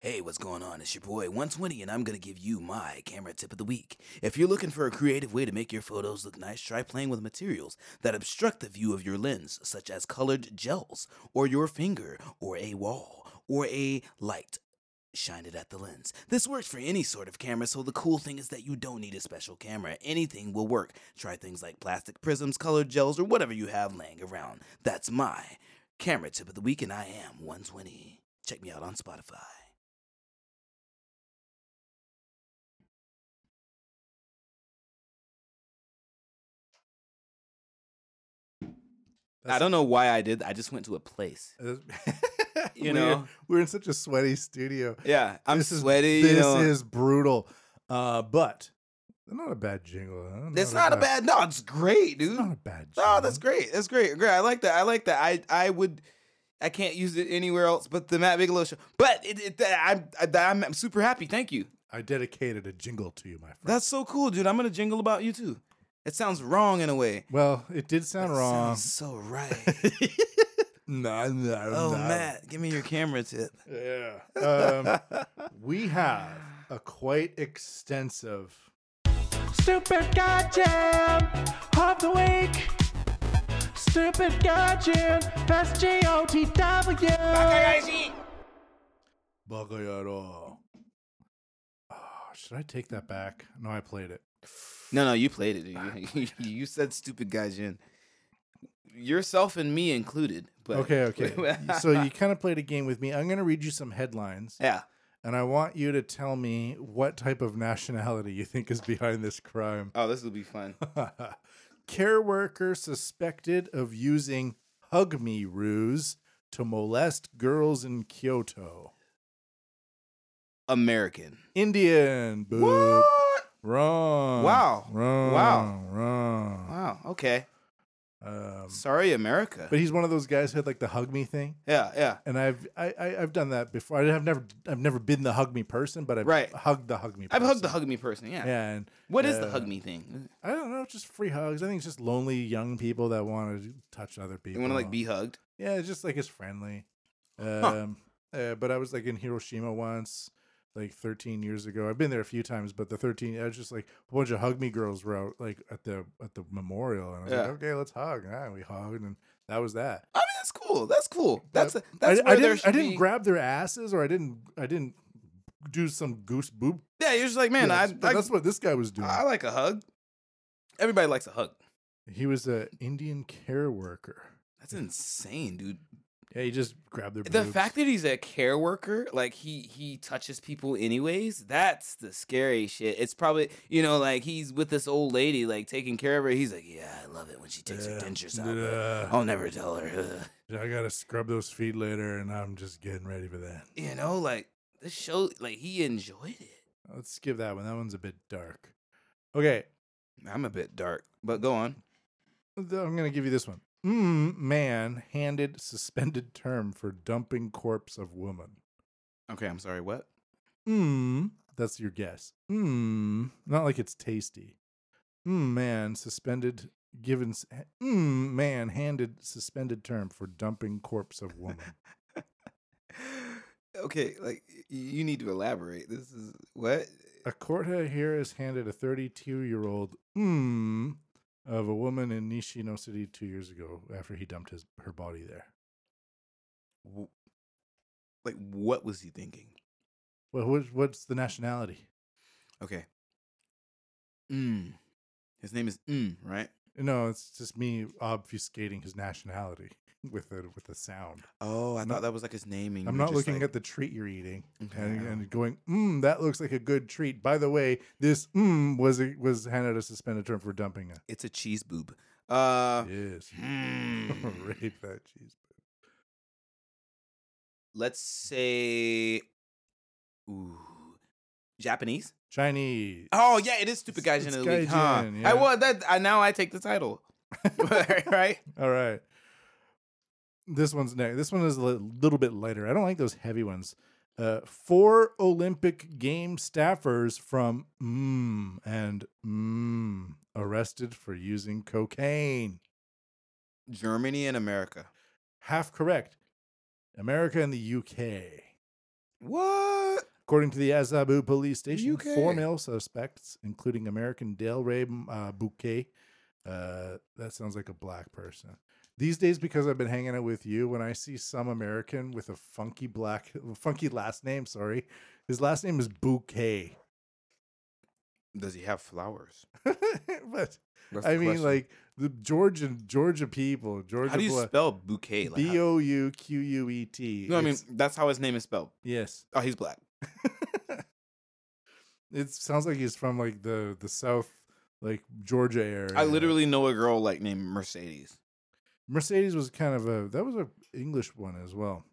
Speaker 2: Hey, what's going on? It's your boy 120, and I'm going to give you my camera tip of the week. If you're looking for a creative way to make your photos look nice, try playing with materials that obstruct the view of your lens, such as colored gels, or your finger, or a wall, or a light shine it at the lens. This works for any sort of camera, so the cool thing is that you don't need a special camera. Anything will work. Try things like plastic prisms, colored gels, or whatever you have laying around. That's my camera tip of the week, and I am 120. Check me out on Spotify. I don't know why I did. that. I just went to a place.
Speaker 1: you
Speaker 2: know.
Speaker 1: we're in such a sweaty studio.
Speaker 2: Yeah, I'm
Speaker 1: This is-
Speaker 2: sweaty.
Speaker 1: this
Speaker 2: you know.
Speaker 1: is brutal. Uh, but not a bad jingle. huh?
Speaker 2: That's not a bad. No, it's great, dude.
Speaker 1: It's not a bad. Jingle.
Speaker 2: No, that's great. That's great. Great. I like that. I like that. I I would. I can't use it anywhere else but the Matt Bigelow show. But it, it, I'm, I'm I'm super happy. Thank you.
Speaker 1: I dedicated a jingle to you, my friend.
Speaker 2: That's so cool, dude. I'm gonna jingle about you too. It sounds wrong in a way.
Speaker 1: well, it did sound
Speaker 2: That
Speaker 1: wrong.
Speaker 2: Sounds so right.
Speaker 1: No, no,
Speaker 2: oh,
Speaker 1: no.
Speaker 2: Matt, give me your camera tip.
Speaker 1: Yeah. Um, we have a quite extensive.
Speaker 5: Stupid goddamn of the week. Stupid goddamn. That's G O T W.
Speaker 1: Bagayaro. Oh, should I take that back? No, I played it.
Speaker 2: No, no, you played it. dude. You, you said stupid gaijin. Yourself and me included. But
Speaker 1: Okay, okay. so you kind of played a game with me. I'm going to read you some headlines,
Speaker 2: yeah.
Speaker 1: and I want you to tell me what type of nationality you think is behind this crime.
Speaker 2: Oh, this will be fun.
Speaker 1: Care worker suspected of using hug me ruse to molest girls in Kyoto.
Speaker 2: American.
Speaker 1: Indian. Boo.
Speaker 2: What?
Speaker 1: Wrong.
Speaker 2: Wow.
Speaker 1: Wrong.
Speaker 2: Wow.
Speaker 1: Wrong.
Speaker 2: Wow. Okay.
Speaker 1: Um,
Speaker 2: Sorry, America.
Speaker 1: but he's one of those guys who had like the hug me thing,
Speaker 2: yeah, yeah.
Speaker 1: and I've I, I, I've done that before. I- I've never I've never been the hug me person, but I've
Speaker 2: Right.
Speaker 1: hugged the hug me.
Speaker 2: I've
Speaker 1: Person.
Speaker 2: hugged the hug me person. Yeah.
Speaker 1: Yeah, and
Speaker 2: What is the
Speaker 1: uh,
Speaker 2: hug me thing?
Speaker 1: I don't know, just free hugs. I think it's just lonely young people that want to touch other people.
Speaker 2: You want to like be hugged?
Speaker 1: Yeah, it's just like it's friendly. Um, uh, but I was like in Hiroshima once, like 13 years ago. I've been there a few times, but the 13, I was just like a bunch of hug me girls were out like at the at the memorial, and I was like,
Speaker 2: Yeah.
Speaker 1: okay, let's hug. And we hugged, and that was that.
Speaker 2: I mean, that's cool. That's cool. That's
Speaker 1: But
Speaker 2: that's
Speaker 1: I,
Speaker 2: where
Speaker 1: I
Speaker 2: there
Speaker 1: didn't, I
Speaker 2: should
Speaker 1: didn't
Speaker 2: be-
Speaker 1: grab their asses, or I didn't I didn't do some goose boob.
Speaker 2: Yeah, you're just like, man,
Speaker 1: dance,
Speaker 2: I,
Speaker 1: but
Speaker 2: I,
Speaker 1: that's what this guy was doing.
Speaker 2: I like a hug. Everybody likes a hug.
Speaker 1: he was an Indian care worker.
Speaker 2: That's insane, dude.
Speaker 1: Yeah, he just grabbed their.
Speaker 2: The
Speaker 1: boobs.
Speaker 2: fact that he's a care worker, like he he touches people anyways, that's the scary shit. It's probably you know like he's with this old lady, like taking care of her. He's like, yeah, I love it when she takes her
Speaker 1: Yeah.
Speaker 2: dentures out. but
Speaker 1: Yeah.
Speaker 2: I'll never tell her. Ugh."
Speaker 1: I gotta scrub those feet later, and I'm just getting ready for that.
Speaker 2: You know, like this show, like he enjoyed it.
Speaker 1: Let's skip that one. That one's a bit dark. Okay,
Speaker 2: I'm a bit dark, but go on.
Speaker 1: th- I'm gonna give you this one. Mm, man handed suspended term for dumping corpse of woman.
Speaker 2: Okay, I'm sorry. What?
Speaker 1: Mm, that's your guess. Mm, not like it's tasty. Mm, man suspended given. s- Mm, man handed suspended term for dumping corpse of woman.
Speaker 2: Okay, like you need to elaborate. This is what?
Speaker 1: A court here has handed a 32 year old mm, of a woman in Nishino City two years ago after he dumped his her body there.
Speaker 2: Like what was he thinking?
Speaker 1: Well, what, what's the nationality?
Speaker 2: Okay. Mm. His name is Mm, right?
Speaker 1: No, it's just me obfuscating his nationality with a with a sound.
Speaker 2: Oh, I
Speaker 1: No.
Speaker 2: thought that was like his naming.
Speaker 1: I'm
Speaker 2: You're
Speaker 1: not
Speaker 2: just
Speaker 1: looking
Speaker 2: like-
Speaker 1: at the treat you're eating
Speaker 2: Okay,
Speaker 1: and,
Speaker 2: I
Speaker 1: and going, mm, that looks like a good treat. By the way, this mm was a, was handed a suspended term for dumping. A,
Speaker 2: It's a cheese boob. Uh,
Speaker 1: yes,
Speaker 2: hmm.
Speaker 1: rape that cheese.
Speaker 2: let's say, ooh, Japanese.
Speaker 1: Chinese.
Speaker 2: Oh yeah, it is stupid
Speaker 1: It's-
Speaker 2: guys in
Speaker 1: it's
Speaker 2: the league. Huh?
Speaker 1: gaijin, yeah.
Speaker 2: I well that I, now I take the title, right?
Speaker 1: All right. This one's next. This one is a li- little bit lighter. I don't like those heavy ones. Uh, four Olympic game staffers from mm and mm arrested for using cocaine.
Speaker 2: Germany and America.
Speaker 1: Half correct. America and the UK.
Speaker 2: What?
Speaker 1: According to the Azabu police station,
Speaker 2: UK.
Speaker 1: four male suspects, including American Dale Ray uh, Bouquet. Uh, that sounds like a black person. These days, because I've been hanging out with you, when I see some American with a funky black, funky last name, sorry, his last name is Bouquet.
Speaker 2: Does he have flowers?
Speaker 1: but
Speaker 2: That's
Speaker 1: I
Speaker 2: the
Speaker 1: mean,
Speaker 2: question.
Speaker 1: like the Georgia, Georgia people, Georgia
Speaker 2: how do you
Speaker 1: bla-
Speaker 2: spell bouquet? Like,
Speaker 1: B
Speaker 2: how-
Speaker 1: O U Q U E T.
Speaker 2: no, I mean
Speaker 1: It's-
Speaker 2: that's how his name is spelled.
Speaker 1: yes.
Speaker 2: Oh, he's black.
Speaker 1: It sounds like he's from like the the South, like Georgia area.
Speaker 2: I literally know a girl like named Mercedes.
Speaker 1: Mercedes was kind of a that was an English one as well.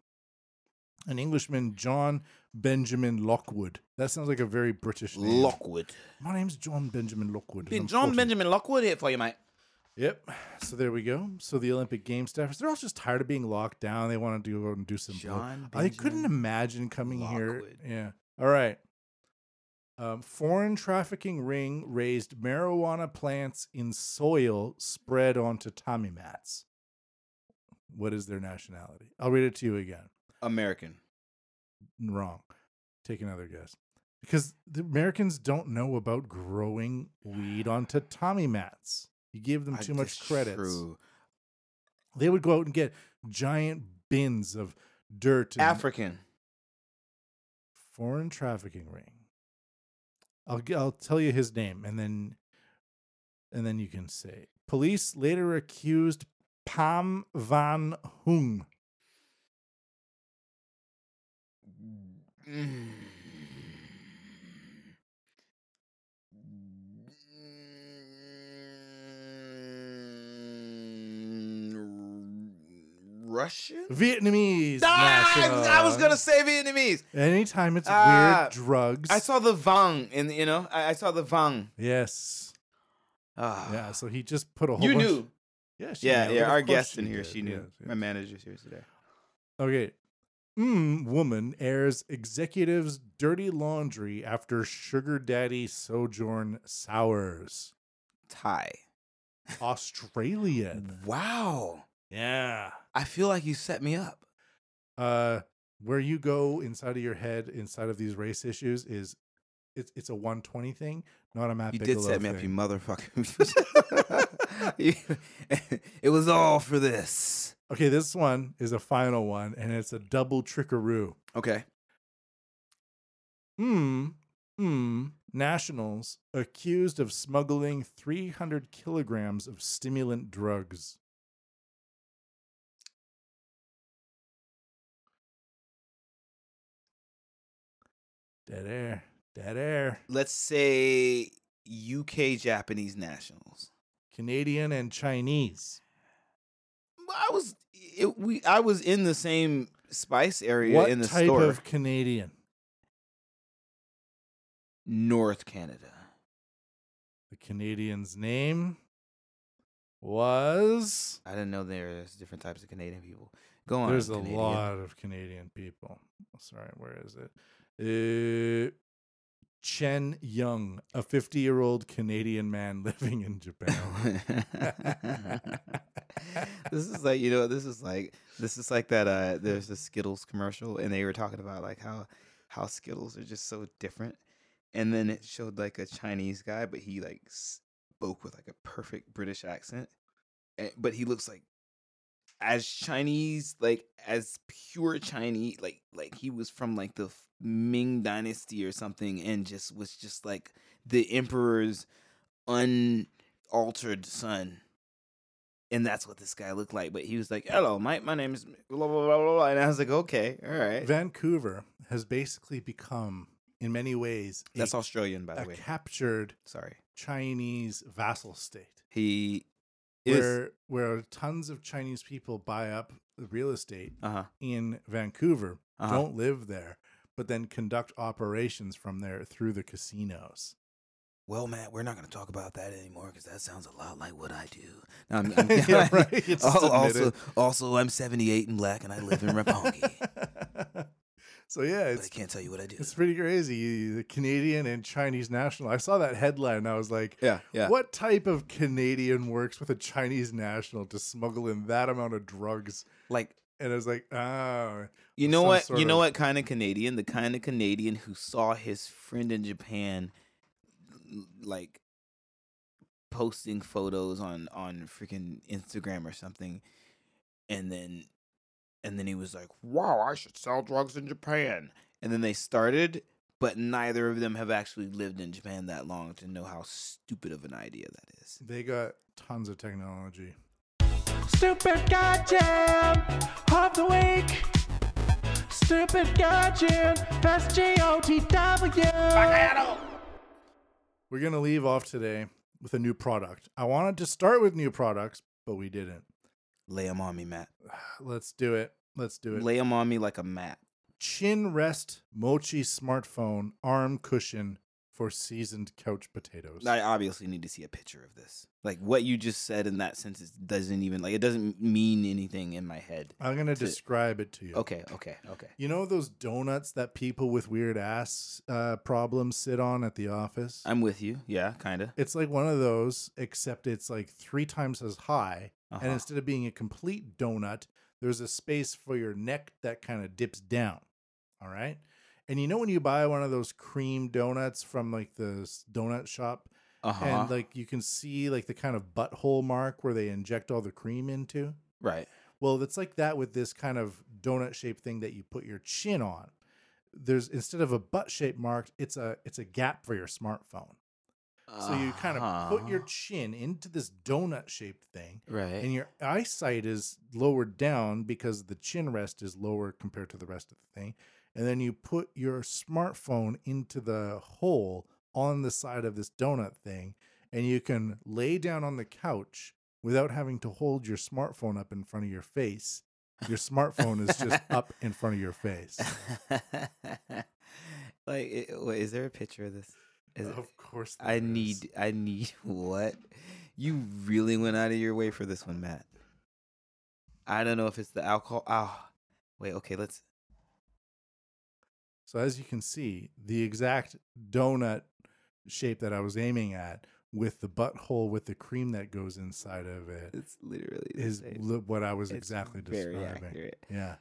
Speaker 1: An Englishman, John Benjamin Lockwood. That sounds like a very British name.
Speaker 2: Lockwood.
Speaker 1: My name's John Benjamin Lockwood. and
Speaker 2: Been
Speaker 1: I'm
Speaker 2: John
Speaker 1: 14.
Speaker 2: Benjamin Lockwood here for you, mate.
Speaker 1: Yep. So there we go. So the Olympic game staffers, they're all just tired of being locked down. They wanted to go and do some. blow-
Speaker 2: John
Speaker 1: I couldn't
Speaker 2: Benjamin
Speaker 1: imagine coming
Speaker 2: Lockwood.
Speaker 1: here. Yeah. All right. Um, foreign trafficking ring raised marijuana plants in soil spread on tatami mats. What is their nationality? I'll read it to you again.
Speaker 2: American.
Speaker 1: Wrong. Take another guess. Because the Americans don't know about growing weed on tatami mats. You give them
Speaker 2: I-
Speaker 1: too much
Speaker 2: that's
Speaker 1: credit
Speaker 2: true.
Speaker 1: they would go out and get giant bins of dirt and
Speaker 2: African.
Speaker 1: foreign trafficking ring I'll, g- I'll tell you his name and then and then you can say police later accused pam van hung
Speaker 2: Mm. Russian?
Speaker 1: vietnamese
Speaker 2: Ah, I was
Speaker 1: national.
Speaker 2: gonna say Vietnamese.
Speaker 1: anytime it's
Speaker 2: Ah,
Speaker 1: weird drugs
Speaker 2: I saw the Vang, and you know, I, I saw the Vang.
Speaker 1: yes
Speaker 2: Ah.
Speaker 1: yeah so he just put a whole
Speaker 2: you
Speaker 1: bunch-
Speaker 2: knew.
Speaker 1: yeah she
Speaker 2: Yeah,
Speaker 1: nailed it.
Speaker 2: yeah.
Speaker 1: Of
Speaker 2: Our
Speaker 1: course
Speaker 2: guest in here,
Speaker 1: did.
Speaker 2: she knew.
Speaker 1: Yes, yes.
Speaker 2: My manager's here today.
Speaker 1: Okay. Mm, woman airs executives' dirty laundry after sugar daddy sojourn sours.
Speaker 2: Thai.
Speaker 1: Australian.
Speaker 2: Wow.
Speaker 1: Yeah.
Speaker 2: I feel like you set me up.
Speaker 1: Uh, where you go inside of your head, inside of these race issues, is it's it's a 120 thing, not a Matt
Speaker 2: You did
Speaker 1: Bigelow
Speaker 2: set me up,
Speaker 1: thing.
Speaker 2: you motherfucker. You- it was all for this.
Speaker 1: okay, this one is a final one, and it's a double trickaroo.
Speaker 2: Okay.
Speaker 1: Mm, mm, nationals accused of smuggling 300 kilograms of stimulant drugs. Dead air. Dead air.
Speaker 2: Let's say UK Japanese nationals.
Speaker 1: Canadian and Chinese.
Speaker 2: I was it, we I was in the same spice area
Speaker 1: what
Speaker 2: in the
Speaker 1: type
Speaker 2: store.
Speaker 1: of Canadian?
Speaker 2: North Canada.
Speaker 1: The Canadian's name was.
Speaker 2: I didn't know there's different types of Canadian people. Go on.
Speaker 1: There's a
Speaker 2: Canadian.
Speaker 1: lot of Canadian people. Sorry, where is it? Uh, Chen Young, a 50 year old Canadian man living in Japan.
Speaker 2: this is like you know this is like this is like that uh there's the skittles commercial and they were talking about like how how skittles are just so different and then it showed like a chinese guy but he like spoke with like a perfect british accent and, but he looks like as chinese like as pure chinese like like he was from like the ming dynasty or something and just was just like the emperor's unaltered son and that's what this guy looked like. But he was like, "Hello, Mike. My name is blah blah blah blah," blah. and I was like, "Okay, all right."
Speaker 1: Vancouver has basically become, in many ways, a-
Speaker 2: that's Australian, by
Speaker 1: a
Speaker 2: the way.
Speaker 1: captured
Speaker 2: Sorry,
Speaker 1: Chinese vassal state
Speaker 2: he is.
Speaker 1: where, where tons of Chinese people buy up the real estate
Speaker 2: Uh huh.
Speaker 1: in Vancouver,
Speaker 2: Uh-huh.
Speaker 1: don't live there, but then conduct operations from there through the casinos.
Speaker 2: Well, Matt, we're not going to talk about that anymore because that sounds a lot like what I do. No, I'm, I'm,
Speaker 1: Yeah, right. You just
Speaker 2: Oh,
Speaker 1: admit
Speaker 2: also,
Speaker 1: it.
Speaker 2: also, I'm 78 and black, and I live in Rapongi,
Speaker 1: so yeah,
Speaker 2: but I
Speaker 1: it's
Speaker 2: can't tell you what I do.
Speaker 1: it's pretty crazy. The Canadian and Chinese national. I saw that headline and I was like,
Speaker 2: Yeah, yeah.
Speaker 1: What type of Canadian works with a Chinese national to smuggle in that amount of drugs?
Speaker 2: Like
Speaker 1: And I was like, oh,
Speaker 2: You know
Speaker 1: some
Speaker 2: what?
Speaker 1: sort
Speaker 2: You know
Speaker 1: of-
Speaker 2: what kind of Canadian? The kind of Canadian who saw his friend in Japan, l- like posting photos on on freaking Instagram or something, and then and then he was like, "Wow, I should sell drugs in Japan." And then they started, but neither of them have actually lived in Japan that long to know how stupid of an idea that is.
Speaker 1: they got tons of technology.
Speaker 5: Stupid goddamn of the week. Stupid goddamn. That's G O T W.
Speaker 1: We're going to leave off today with a new product. I wanted to start with new products, but we didn't.
Speaker 2: Lay 'em on me, Matt.
Speaker 1: Let's do it. Let's do it.
Speaker 2: Lay 'em on me like a mat.
Speaker 1: Chin rest mochi smartphone arm cushion for seasoned couch potatoes.
Speaker 2: I obviously need to see a picture of this. Like what you just said in that sentence doesn't even like it doesn't mean anything in my head.
Speaker 1: I'm gonna
Speaker 2: to-
Speaker 1: describe it to you.
Speaker 2: Okay, okay, okay.
Speaker 1: You know those donuts that people with weird ass uh, problems sit on at the office?
Speaker 2: I'm with you. Yeah, kind of.
Speaker 1: it's like one of those, except it's like three times as high. And
Speaker 2: Uh-huh.
Speaker 1: instead of being a complete donut, there's a space for your neck that kind of dips down. All right. And you know when you buy one of those cream donuts from like the s- donut shop,
Speaker 2: Uh-huh.
Speaker 1: and like you can see like the kind of butthole mark where they inject all the cream into?
Speaker 2: right.
Speaker 1: Well, it's like that with this kind of donut shaped thing that you put your chin on. There's instead of a butt shape marked, it's a it's a gap for your smartphone. So you kind of put your
Speaker 2: Uh-huh.
Speaker 1: chin into this donut shaped thing
Speaker 2: right.
Speaker 1: and your eyesight is lowered down because the chin rest is lower compared to the rest of the thing. And then you put your smartphone into the hole on the side of this donut thing, and you can lay down on the couch without having to hold your smartphone up in front of your face. Your smartphone is just up in front of your face.
Speaker 2: like, it, wait, is there a picture of this? Is it,
Speaker 1: of course, there
Speaker 2: I
Speaker 1: is.
Speaker 2: need, I need what? You really went out of your way for this one, Matt. I don't know if it's the alcohol. Oh, wait, okay, let's.
Speaker 1: So as you can see, the exact donut shape that I was aiming at with the butthole with the cream that goes inside of it
Speaker 2: It's literally the
Speaker 1: is
Speaker 2: same.
Speaker 1: li- what I was
Speaker 2: It's
Speaker 1: exactly
Speaker 2: very
Speaker 1: describing.
Speaker 2: accurate.
Speaker 1: Yeah.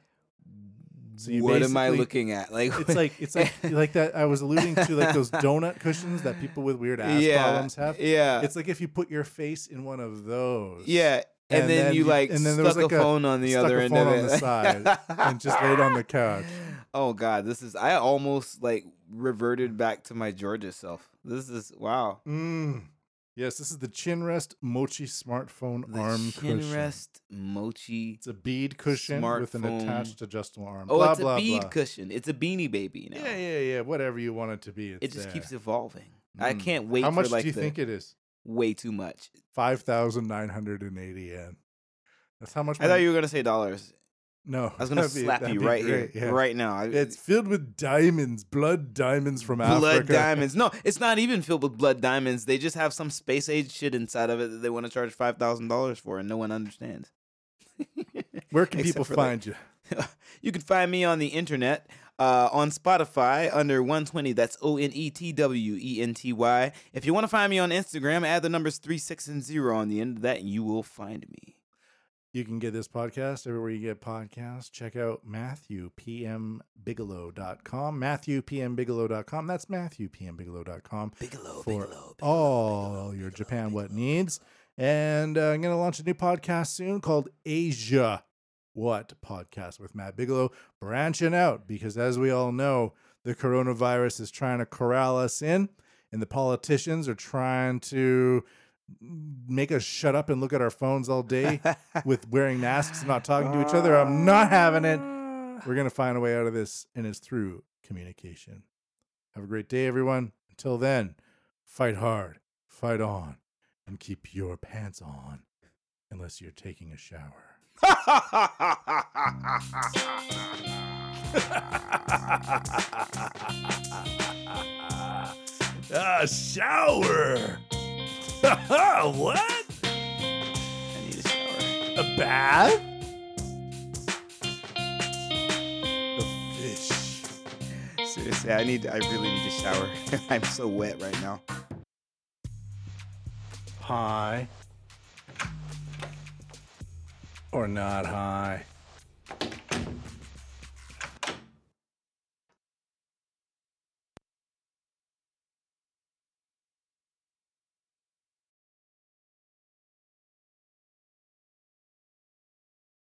Speaker 1: So you
Speaker 2: what am I
Speaker 1: basically-
Speaker 2: looking at? Like,
Speaker 1: It's like it's like like that I was alluding to like those donut cushions that people with weird ass
Speaker 2: yeah,
Speaker 1: problems have.
Speaker 2: Yeah,
Speaker 1: It's like if you put your face in one of those.
Speaker 2: yeah. And,
Speaker 1: and
Speaker 2: then,
Speaker 1: then
Speaker 2: you
Speaker 1: you-
Speaker 2: like
Speaker 1: and then there was
Speaker 2: stuck
Speaker 1: like
Speaker 2: a
Speaker 1: a-
Speaker 2: phone on the
Speaker 1: stuck
Speaker 2: other
Speaker 1: a
Speaker 2: end
Speaker 1: phone
Speaker 2: of
Speaker 1: on the
Speaker 2: it.
Speaker 1: side and just laid on the couch.
Speaker 2: Oh god, this is I almost like reverted back to my Georgia self. This is wow.
Speaker 1: Mm. Yes, this is the chin rest mochi smartphone
Speaker 2: The
Speaker 1: arm
Speaker 2: chin
Speaker 1: cushion.
Speaker 2: rest mochi.
Speaker 1: It's a bead cushion with an
Speaker 2: Smartphone.
Speaker 1: attached adjustable arm.
Speaker 2: Oh,
Speaker 1: blah,
Speaker 2: it's a
Speaker 1: blah,
Speaker 2: bead
Speaker 1: blah.
Speaker 2: cushion. It's a beanie baby now.
Speaker 1: Yeah, yeah, yeah. Whatever you want it to be, it's
Speaker 2: it just keeps
Speaker 1: there.
Speaker 2: evolving. I
Speaker 1: Mm.
Speaker 2: can't wait
Speaker 1: How
Speaker 2: for
Speaker 1: much
Speaker 2: like
Speaker 1: do you
Speaker 2: the
Speaker 1: think it is?
Speaker 2: way too much.
Speaker 1: Five thousand nine hundred and eighty yen. That's how much.
Speaker 2: I
Speaker 1: my-
Speaker 2: thought you were gonna say dollars.
Speaker 1: No,
Speaker 2: I was gonna
Speaker 1: that'd be-
Speaker 2: slap
Speaker 1: that'd
Speaker 2: you
Speaker 1: be
Speaker 2: right
Speaker 1: great,
Speaker 2: here,
Speaker 1: yeah.
Speaker 2: right now. I-
Speaker 1: It's filled with diamonds, blood diamonds from
Speaker 2: blood
Speaker 1: Africa.
Speaker 2: diamonds. No, it's not even filled with blood diamonds. They just have some space age shit inside of it that they want to charge five thousand dollars for, and no one understands.
Speaker 1: Where can
Speaker 2: Except
Speaker 1: people
Speaker 2: for, like,
Speaker 1: find you?
Speaker 2: you can find me on the internet uh, on Spotify under 120. That's O N E T W E N T Y. If you want to find me on Instagram, add the numbers three, six, and zero on the end of that, and you will find me.
Speaker 1: You can get this podcast everywhere you get podcasts. Check out MatthewPMBigelow.com. MatthewPMBigelow.com. That's MatthewPMBigelow.com.
Speaker 2: Bigelow,
Speaker 1: for
Speaker 2: Bigelow, Bigelow,
Speaker 1: all your Japan what needs. And uh, I'm going to launch a new podcast soon called Asia What Podcast with Matt Bigelow, branching out because, as we all know, the coronavirus is trying to corral us in, and the politicians are trying to make us shut up and look at our phones all day with wearing masks and not talking to each other. I'm not having it. We're going to find a way out of this, and it's through communication. Have a great day, everyone. Until then, fight hard, fight on, and keep your pants on unless you're taking a shower.
Speaker 4: A shower. what?
Speaker 2: I need a shower.
Speaker 4: A bath?
Speaker 1: The fish.
Speaker 2: Seriously, I need. I really need a shower. I'm so wet right now.
Speaker 1: High. Or not high.